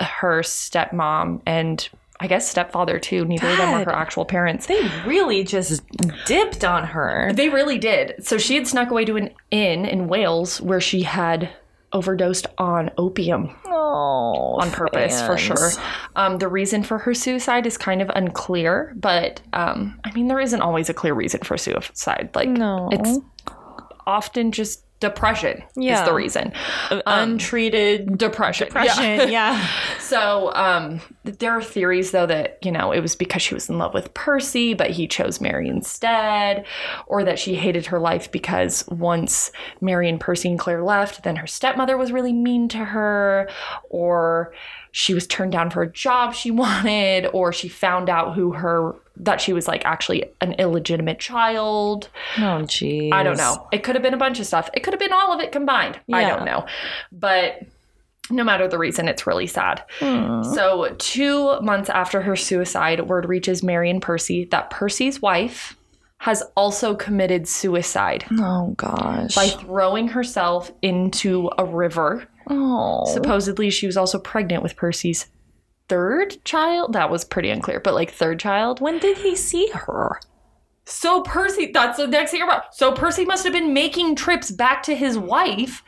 her stepmom and I guess stepfather too. Neither of them were God. her actual parents. They really just dipped on her. They really did. So she had snuck away to an inn in Wales where she had overdosed on opium Oh, on purpose for sure. Um, the reason for her suicide is kind of unclear, but um, I mean, there isn't always a clear reason for suicide. Like, No. it's often just depression Yeah. is the reason. untreated Depression. Yeah. depression. Uh, um, Yeah. So um, there are theories, though, that, you know, it was because she was in love with Percy, but he chose Mary instead, or that she hated her life because once Mary and Percy and Claire left, then her stepmother was really mean to her, or she was turned down for a job she wanted, or she found out who her that she was like actually an illegitimate child. Oh, geez. I don't know. It could have been a bunch of stuff. It could have been all of it combined. I Yeah. don't know. But no matter the reason, it's really sad. Hmm. So, two months after her suicide, word reaches Mary and Percy that Percy's wife has also committed suicide Oh gosh. by throwing herself into a river. oh. Supposedly, she was also pregnant with Percy's third child. That was pretty unclear, but like third child. when did he see her? So Percy, that's the next thing about. So Percy must have been making trips back to his wife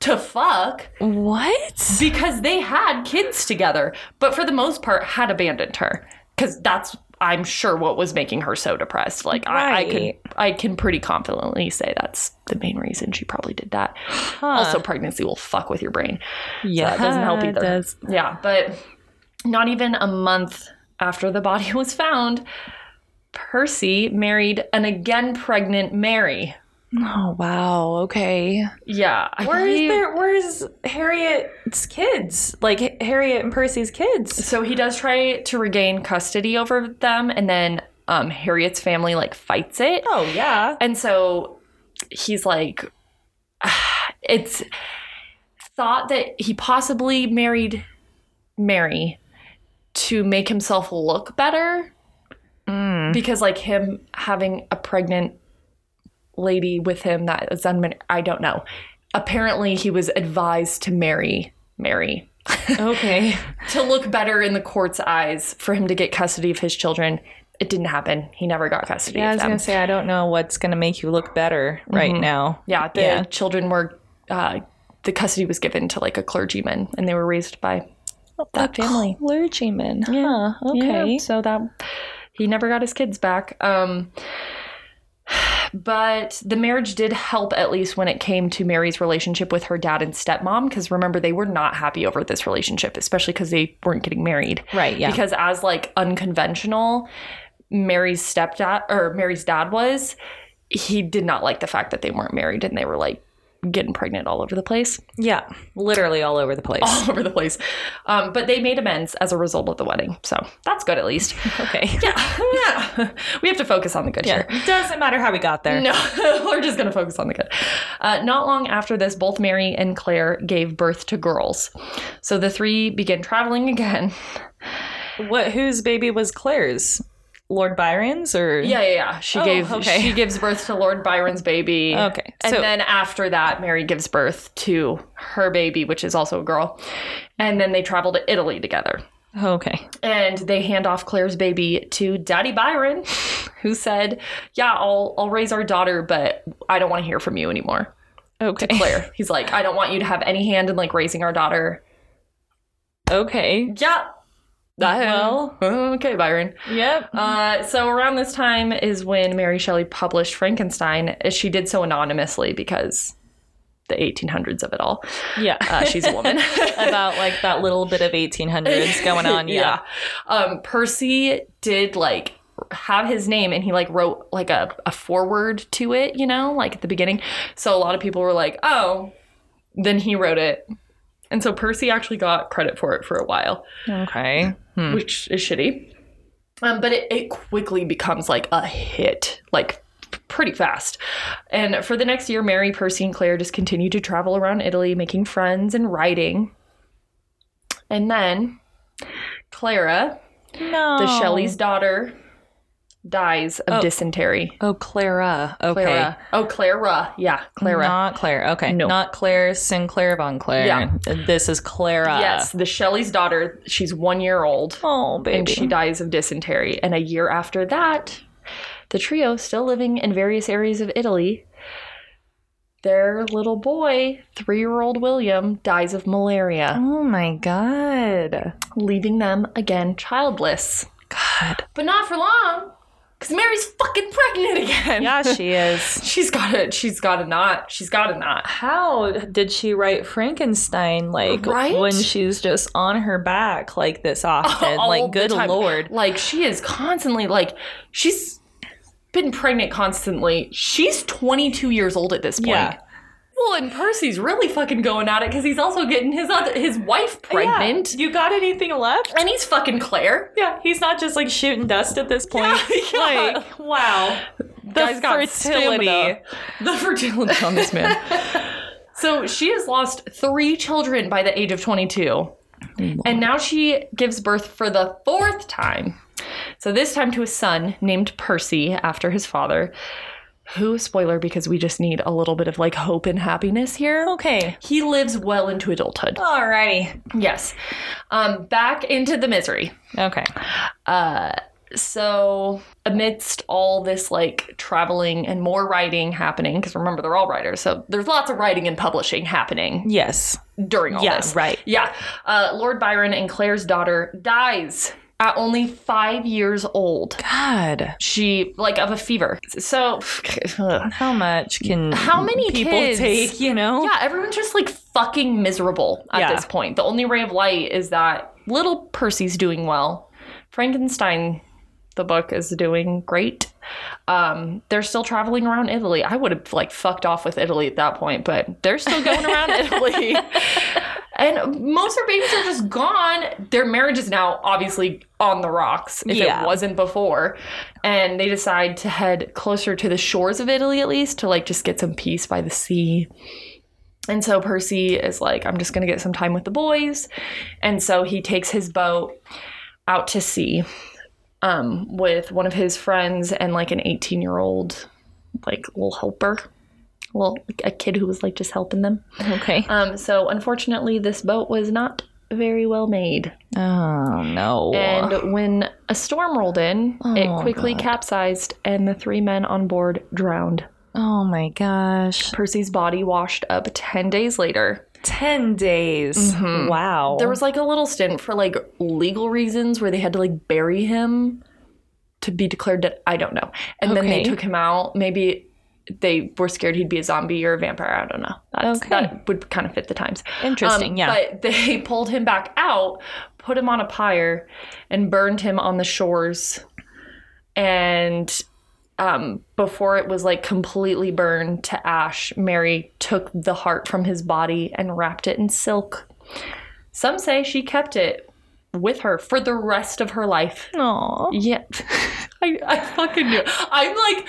to fuck What? because they had kids together, but for the most part had abandoned her because that's I'm sure what was making her so depressed. Like I, I can Right. I can pretty confidently say that's the main reason she probably did that. Also, pregnancy will fuck with your brain. Yeah, that doesn't help it either. does. Yeah, but not even a month after the body was found, Percy married an again pregnant Mary. Oh wow. Okay. Yeah. I Where is believe- there? Where's Harriet's kids? Like H- Harriet and Percy's kids? So he does try to regain custody over them, and then um, Harriet's family like fights it. Oh yeah. And so he's like, it's thought that he possibly married Mary to make himself look better Mm. because, like, him having a pregnant lady with him that is unmarried, I don't know. Apparently, he was advised to marry Mary Okay. to look better in the court's eyes for him to get custody of his children. It didn't happen. He never got custody Yeah, I of was them. gonna say I don't know what's gonna make you look better right now. Yeah, the Yeah. children were uh, the custody was given to like a clergyman, and they were raised by that family. Clergyman. Yeah. Okay. Yeah, so that he never got his kids back. Um, but the marriage did help at least when it came to Mary's relationship with her dad and stepmom, because remember they were not happy over this relationship, especially because they weren't getting married. Right. Yeah. because as like unconventional Mary's stepdad or Mary's dad was, he did not like the fact that they weren't married and they were like getting pregnant all over the place, yeah. Literally all over the place. all over the place. Um, but they made amends as a result of the wedding, so that's good at least. Okay. yeah, yeah. we have to focus on the good here. It doesn't matter how we got there. No, we're just going to focus on the good. Uh, not long after this, both Mary and Claire gave birth to girls. So the three began traveling again. What? Whose baby was Claire's? Lord Byron's or? Yeah, yeah, yeah. She Oh, gave okay. she gives birth to Lord Byron's baby. Okay, And so- then after that, Mary gives birth to her baby, which is also a girl. And then they travel to Italy together. Okay. And they hand off Claire's baby to Daddy Byron, who said, Yeah, I'll I'll raise our daughter, but I don't want to hear from you anymore. Okay. Claire. He's like, I don't want you to have any hand in like raising our daughter. Okay. Yeah. Well. Okay, Byron. Yep. Uh, so around this time is when Mary Shelley published Frankenstein. She did so anonymously because the 1800s of it all. Yeah. Uh, she's a woman. About like that little bit of 1800s going on. Yeah. Um, Percy did like have his name and he like wrote like a, a forward to it, you know, like at the beginning. So a lot of people were like, oh, then he wrote it. And so Percy actually got credit for it for a while. Okay. Hmm. which is shitty. Um, but it, it quickly becomes like a hit, like pretty fast. And for the next year, Mary, Percy, and Claire just continued to travel around Italy, making friends and writing. And then Clara, No. the Shelley's daughter, dies of dysentery. Oh. Oh, Clara. Okay. Clara. Oh, Clara. Yeah, Clara. Not Claire. Okay. No. Not Claire Sinclair von Claire. Yeah. This is Clara. Yes, the Shelley's daughter. She's one year old. Oh, baby. and she dies of dysentery. And a year after that, the trio, still living in various areas of Italy, their little boy, three year old William, dies of malaria, Oh my god. leaving them again childless. Oh. God. But not for long, because Mary's fucking pregnant again. Yeah, she is. She's gotta, she's gotta not, she's gotta not. How did she write Frankenstein like Right? when she's just on her back like this often? All like the good time. lord. Like, she is constantly, like, she's been pregnant constantly. She's 22 years old at this point. Yeah. Well, and Percy's really fucking going at it because he's also getting his other, his wife pregnant. You got anything left? And he's fucking Claire. Yeah, he's not just like shooting dust at this point. yeah. Like, wow. The Guy's got stamina. The fertility on this man. so she has lost three children by the age of 22. And now she gives birth for the fourth time. So this time to a son named Percy after his father. Who, spoiler, because we just need a little bit of like hope and happiness here. Okay. Oh. He lives well into adulthood. Alrighty. Yes. Um, back into the misery. Okay. So, amidst all this like traveling and more writing happening, because remember they're all writers, so there's lots of writing and publishing happening Yes. during all Yes, this. right. Yeah. Uh, Lord Byron and Claire's daughter dies at only five years old. God. She like of a fever. So, ugh. How much can how many people kids? take, you know? Yeah, everyone's just like fucking miserable at Yeah. this point. The only ray of light is that little Percy's doing well. Frankenstein, the book, is doing great. Um, they're still traveling around Italy. I would have like fucked off with Italy at that point, but they're still going around Italy. And most of her babies are just gone. Their marriage is now obviously on the rocks if Yeah. it wasn't before. And they decide to head closer to the shores of Italy at least to like just get some peace by the sea. And so Percy is like, I'm just going to get some time with the boys. And so he takes his boat out to sea um, with one of his friends and like an 18 year old, like little helper, little, like, a kid who was like just helping them. Okay. Um, so unfortunately, this boat was not very well made. Oh no. And when a storm rolled in, Oh, it quickly capsized and the three men on board drowned. oh my gosh. Percy's body washed up 10 days later. 10 days. Mm-hmm. Wow. There was like a little stint for like legal reasons where they had to like bury him to be declared dead. I don't know. And then they Okay. took him out. Maybe they were scared he'd be a zombie or a vampire. I don't know. That's, Okay. That would kind of fit the times. Interesting, yeah. Um, But they pulled him back out, put him on a pyre, and burned him on the shores. And um, before it was like completely burned to ash, Mary took the heart from his body and wrapped it in silk. Some say she kept it with her for the rest of her life. Aw. Yeah. I, I fucking knew. I'm like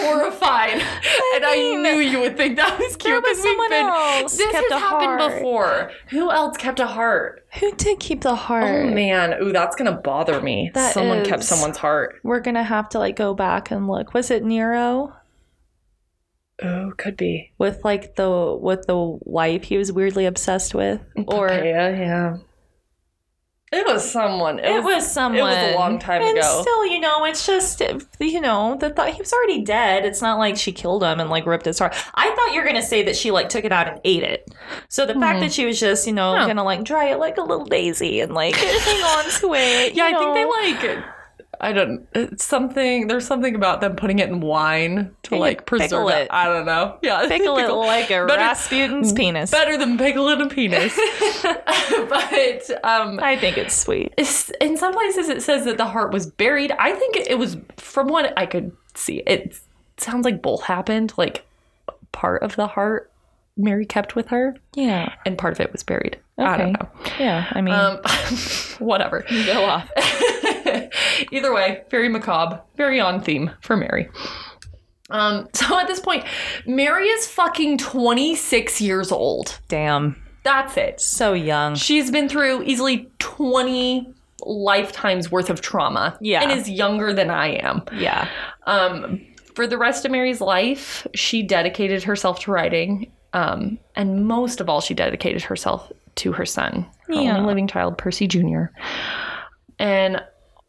horrified. and I knew you would think that was cute was because someone we've been. else this kept has a happened heart. before. Who else kept a heart? Who did keep the heart? Oh man. Ooh, that's going to bother me. That someone kept is- someone's heart. We're gonna have to like go back and look. Was it Nero Oh, could be. with like the with the wife he was weirdly obsessed with, or yeah, yeah. It was someone. It, it was, was someone? long time and ago. Still, you know, it's just you know the thought he was already dead. It's not like she killed him and like ripped his heart. I thought you were gonna say that she like took it out and ate it. So the Hmm. fact that she was just you know gonna like dry it like a little daisy and like hang on to it. Yeah, I you know. think they like. I don't. It's something. There's something about them putting it in wine to Yeah, like preserve pickle it. it. I don't know. Yeah, pickle it like a Better- Rasputin's penis. better than pickle in a penis. but um, I think it's sweet. it's- in some places it says that the heart was buried. I think it, it was from what I could see. It sounds like both happened. Like part of the heart Mary kept with her, Yeah, and part of it was buried. I Okay. don't know. yeah. I mean, Um, whatever. go off. Either way, very macabre, very on theme for Mary. Um, so at this point, Mary is fucking 26 years old. Damn, That's it. so young. She's been through easily 20 lifetimes worth of trauma. Yeah. And is younger than I am. Yeah. Um, for the rest of Mary's life, she dedicated herself to writing. Um, and most of all, she dedicated herself to her son, her Yeah. only living child, Percy Jr. And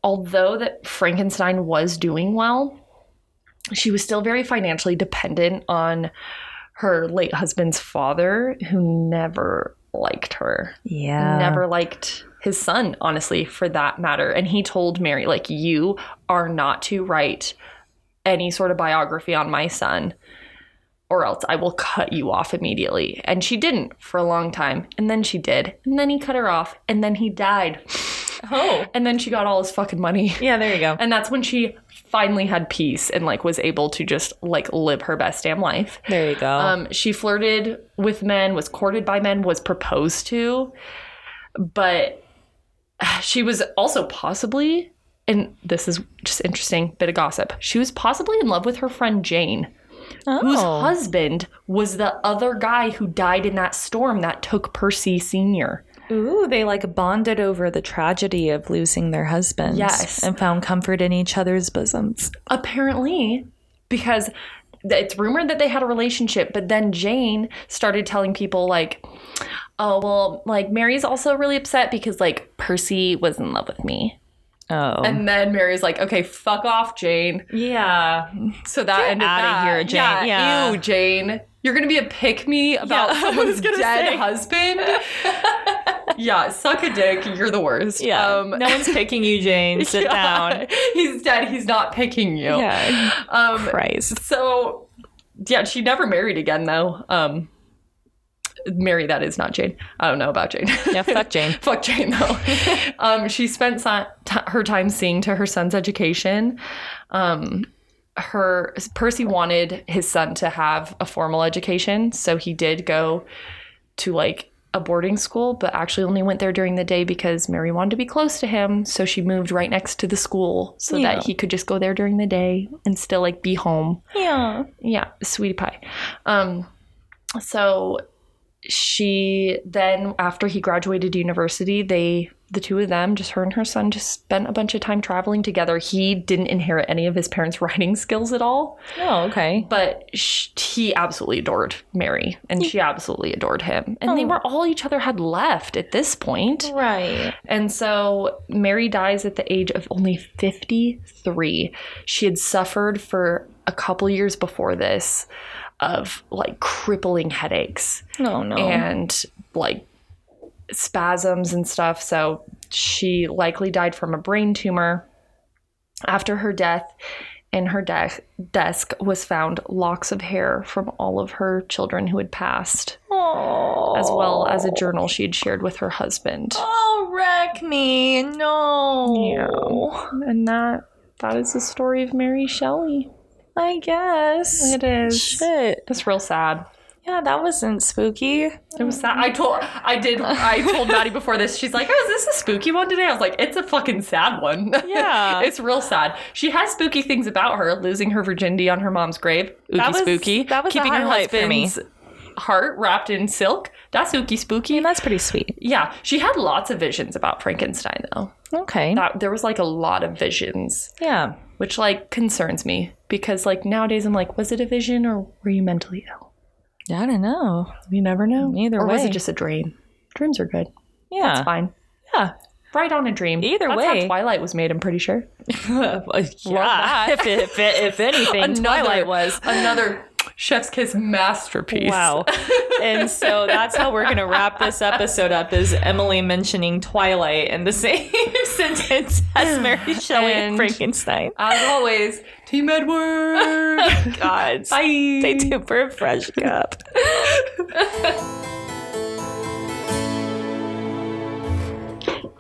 although that Frankenstein was doing well, she was still very financially dependent on her late husband's father, who never liked her, Yeah. never liked his son, honestly, for that matter. And he told Mary, like, you are not to write any sort of biography on my son, or else I will cut you off immediately. And she didn't for a long time. And then she did. And then he cut her off. And then he died. Oh. And then she got all his fucking money. Yeah, there you go. And that's when she finally had peace and like was able to just like live her best damn life. There you go. Um, she flirted with men, was courted by men, was proposed to, but she was also possibly, and this is just interesting bit of gossip. She was possibly in love with her friend Jane, Um, whose Oh. husband was the other guy who died in that storm that took Percy Senior. Ooh, they like bonded over the tragedy of losing their husbands. Yes. And found comfort in each other's bosoms. apparently because th- it's rumored that they had a relationship but then jane started telling people like oh well like mary's also really upset because like percy was in love with me Oh. and then mary's like okay fuck off jane yeah. so that ended outta that. here, Jane. Yeah. ew jane you're gonna be a pick me about Yeah, I was someone's gonna dead say. husband yeah suck a dick you're the worst Yeah. Um, no one's picking you, Jane. Sit down. he's dead he's not picking you Yeah. um Christ. So, yeah, she never married again, though. Um, Mary, that is not Jane. I don't know about Jane. Yeah, fuck Jane. Fuck Jane, though. um, she spent si- t- her time seeing to her son's education. Um, her Percy wanted his son to have a formal education, so he did go to like a boarding school, but actually only went there during the day because Mary wanted to be close to him. So she moved right next to the school so Yeah. that he could just go there during the day and still like be home Yeah. yeah, sweetie pie. Um, so she then after he graduated university, they the two of them, just her and her son, just spent a bunch of time traveling together. He didn't inherit any of his parents' writing skills at all, Oh, okay. but sh he absolutely adored Mary, and she absolutely adored him, and they Oh. were all each other had left at this point. Right. And so Mary dies at the age of only 53. She had suffered for a couple years before this of like crippling headaches No, Oh, no. and like spasms and stuff. So she likely died from a brain tumor. After her death, in her de- desk was found locks of hair from all of her children who had passed, as well as a journal she had shared with her husband. Oh, wreck me. No. And that that is the story of Mary Shelley. I guess. is. Shit. It's real sad. Yeah, that wasn't spooky. It was sad. I told I did I told Maddie before this. She's like, "Oh, is this a spooky one today?" I was like, "It's a fucking sad one." Yeah. it's real sad. She has spooky things about her, losing her virginity on her mom's grave. Ooky That was- spooky. that was a keeping her highlight for me. husband's heart wrapped in silk. That's ooky spooky. And that's pretty sweet. Yeah, she had lots of visions about Frankenstein though. Okay. That there was like a lot of visions. yeah. which like concerns me because like nowadays I'm like, was it a vision or were you mentally ill? I don't know. You never know. Either or way. was it just a dream? Dreams are good. yeah. Fine. Yeah. Right on a dream. Either That's way. How Twilight was made. I'm pretty sure. yeah. if, if, if anything, Twilight was. another Chef's Kiss masterpiece. Wow. and so that's how we're going to wrap this episode up is Emily mentioning Twilight in the same sentence as Mary Shelley and And- Frankenstein. As always, Team Edward. God. Bye. Stay tuned for a fresh cup.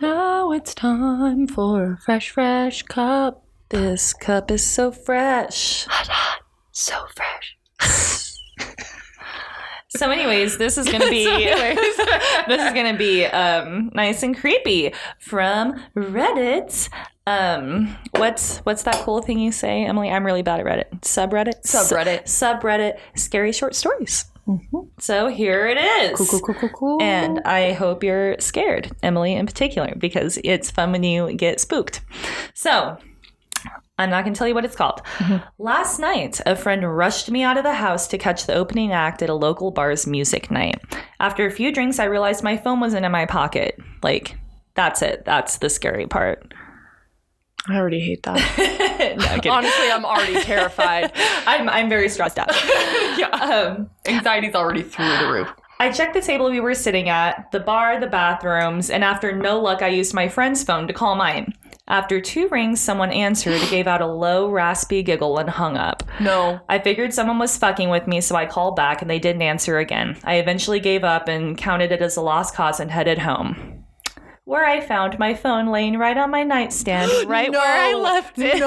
Now it's time for a fresh, fresh cup. This cup is so fresh. So fresh. So, anyways, this is gonna be this is gonna be um, nice and creepy from Reddit. Um, what's what's that cool thing you say, Emily? I'm really bad at Reddit. Subreddit. Subreddit. Mm-hmm. subreddit. Scary short stories. So here it is. Cool, cool, cool, cool. And I hope you're scared, Emily in particular, because it's fun when you get spooked. So, I'm not going to tell you what it's called. Last night, a friend rushed me out of the house to catch the opening act at a local bar's music night. After a few drinks, I realized my phone wasn't in my pocket. Like, that's it. That's the scary part. I already hate that. Honestly, I'm already terrified. I'm I'm very stressed out. yeah. Um, Anxiety's already through the roof. I checked the table we were sitting at, the bar, the bathrooms, and after no luck, I used my friend's phone to call mine. After two rings, someone answered, gave out a low, raspy giggle, and hung up. No. I figured someone was fucking with me, so I called back and they didn't answer again. I eventually gave up and counted it as a lost cause and headed home. Where I found my phone laying right on my nightstand, right where I left it.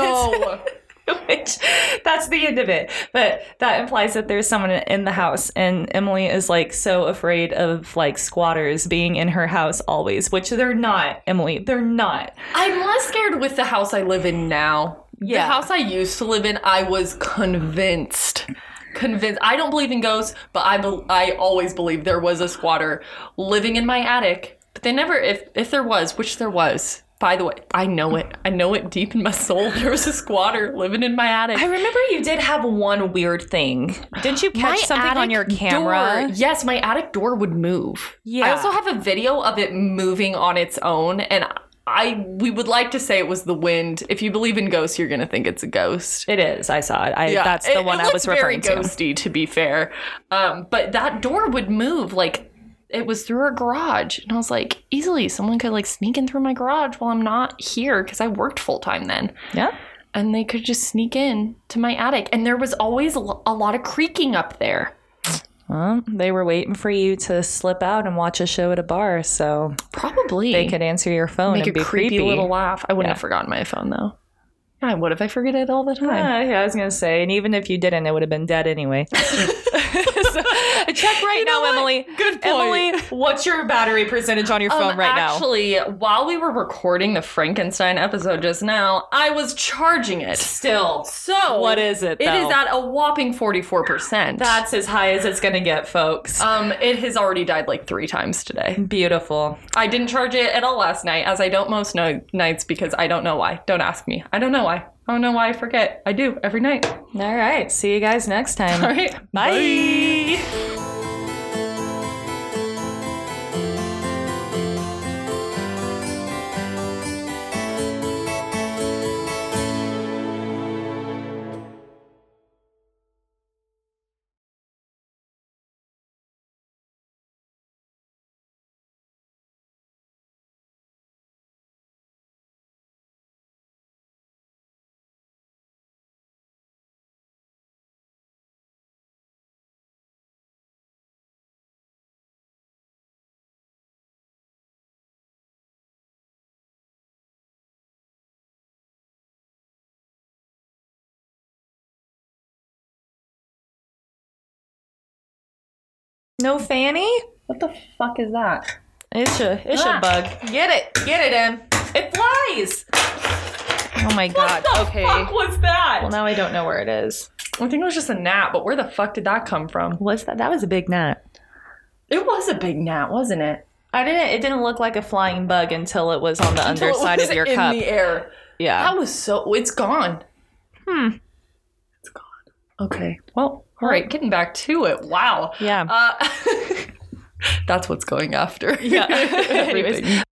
No. Which that's the end of it. But that implies that there's someone in the house and Emily is like so afraid of like squatters being in her house always, which they're not, Emily. They're not. I'm less scared with the house I live in now. Yeah. The house I used to live in, I was convinced. Convinced. I don't believe in ghosts, but I bel I always believed there was a squatter living in my attic. But they never if if there was, which there was. By the way, I know it. I know it deep in my soul. There was a squatter living in my attic. I remember you did have one weird thing. Didn't you catch something on attic your camera? door- yes, my attic door would move. Yeah. I also have a video of it moving on its own, and I we would like to say it was the wind. If you believe in ghosts, you're gonna think it's a ghost. It is. I saw it. I, That's the it- one it I was looked referring very to. ghosty, to be fair. Um, but that door would move like it was through our garage, and I was like, easily someone could like sneak in through my garage while I'm not here because I worked full time then Yeah. and they could just sneak in to my attic. And there was always a lo- a lot of creaking up there. Well, they were waiting for you to slip out and watch a show at a bar, so Probably they could answer your phone make and a be creepy, creepy. little laugh. I wouldn't Yeah. have forgotten my phone though. I would if I forget it all the time. Ah, yeah, I was gonna say, and even if you didn't, it would have been dead anyway. so, check right now, Emily. Good Emily, what's your battery percentage on your Um, phone right now? actually, while we were recording the Frankenstein episode just now, I was charging it. Still, So what is it? It is though? at a whopping forty-four percent. That's as high as it's gonna get, folks. um, it has already died like three times today. Beautiful. I didn't charge it at all last night, as I don't most no- nights because I don't know why. Don't ask me. I don't know why. I don't know why I forget. I do every night. All right. See you guys next time. All right. Bye. No fanny? What the fuck is that? It's a it's a bug. Get it. Get it, Em. It flies. Oh my god. okay. was that? Well now I don't know where it is. I think it was just a gnat, but where the fuck did that come from? What's that? That was a big gnat. It was a big gnat, wasn't it? I didn't it didn't look like a flying bug until it was on the underside of your in cup. the air. yeah. That was so. It's gone. Hmm. It's gone. Okay. Well, all right. Getting back to it. Wow. Yeah. Uh, that's what's going after. yeah. Anyways, Everything.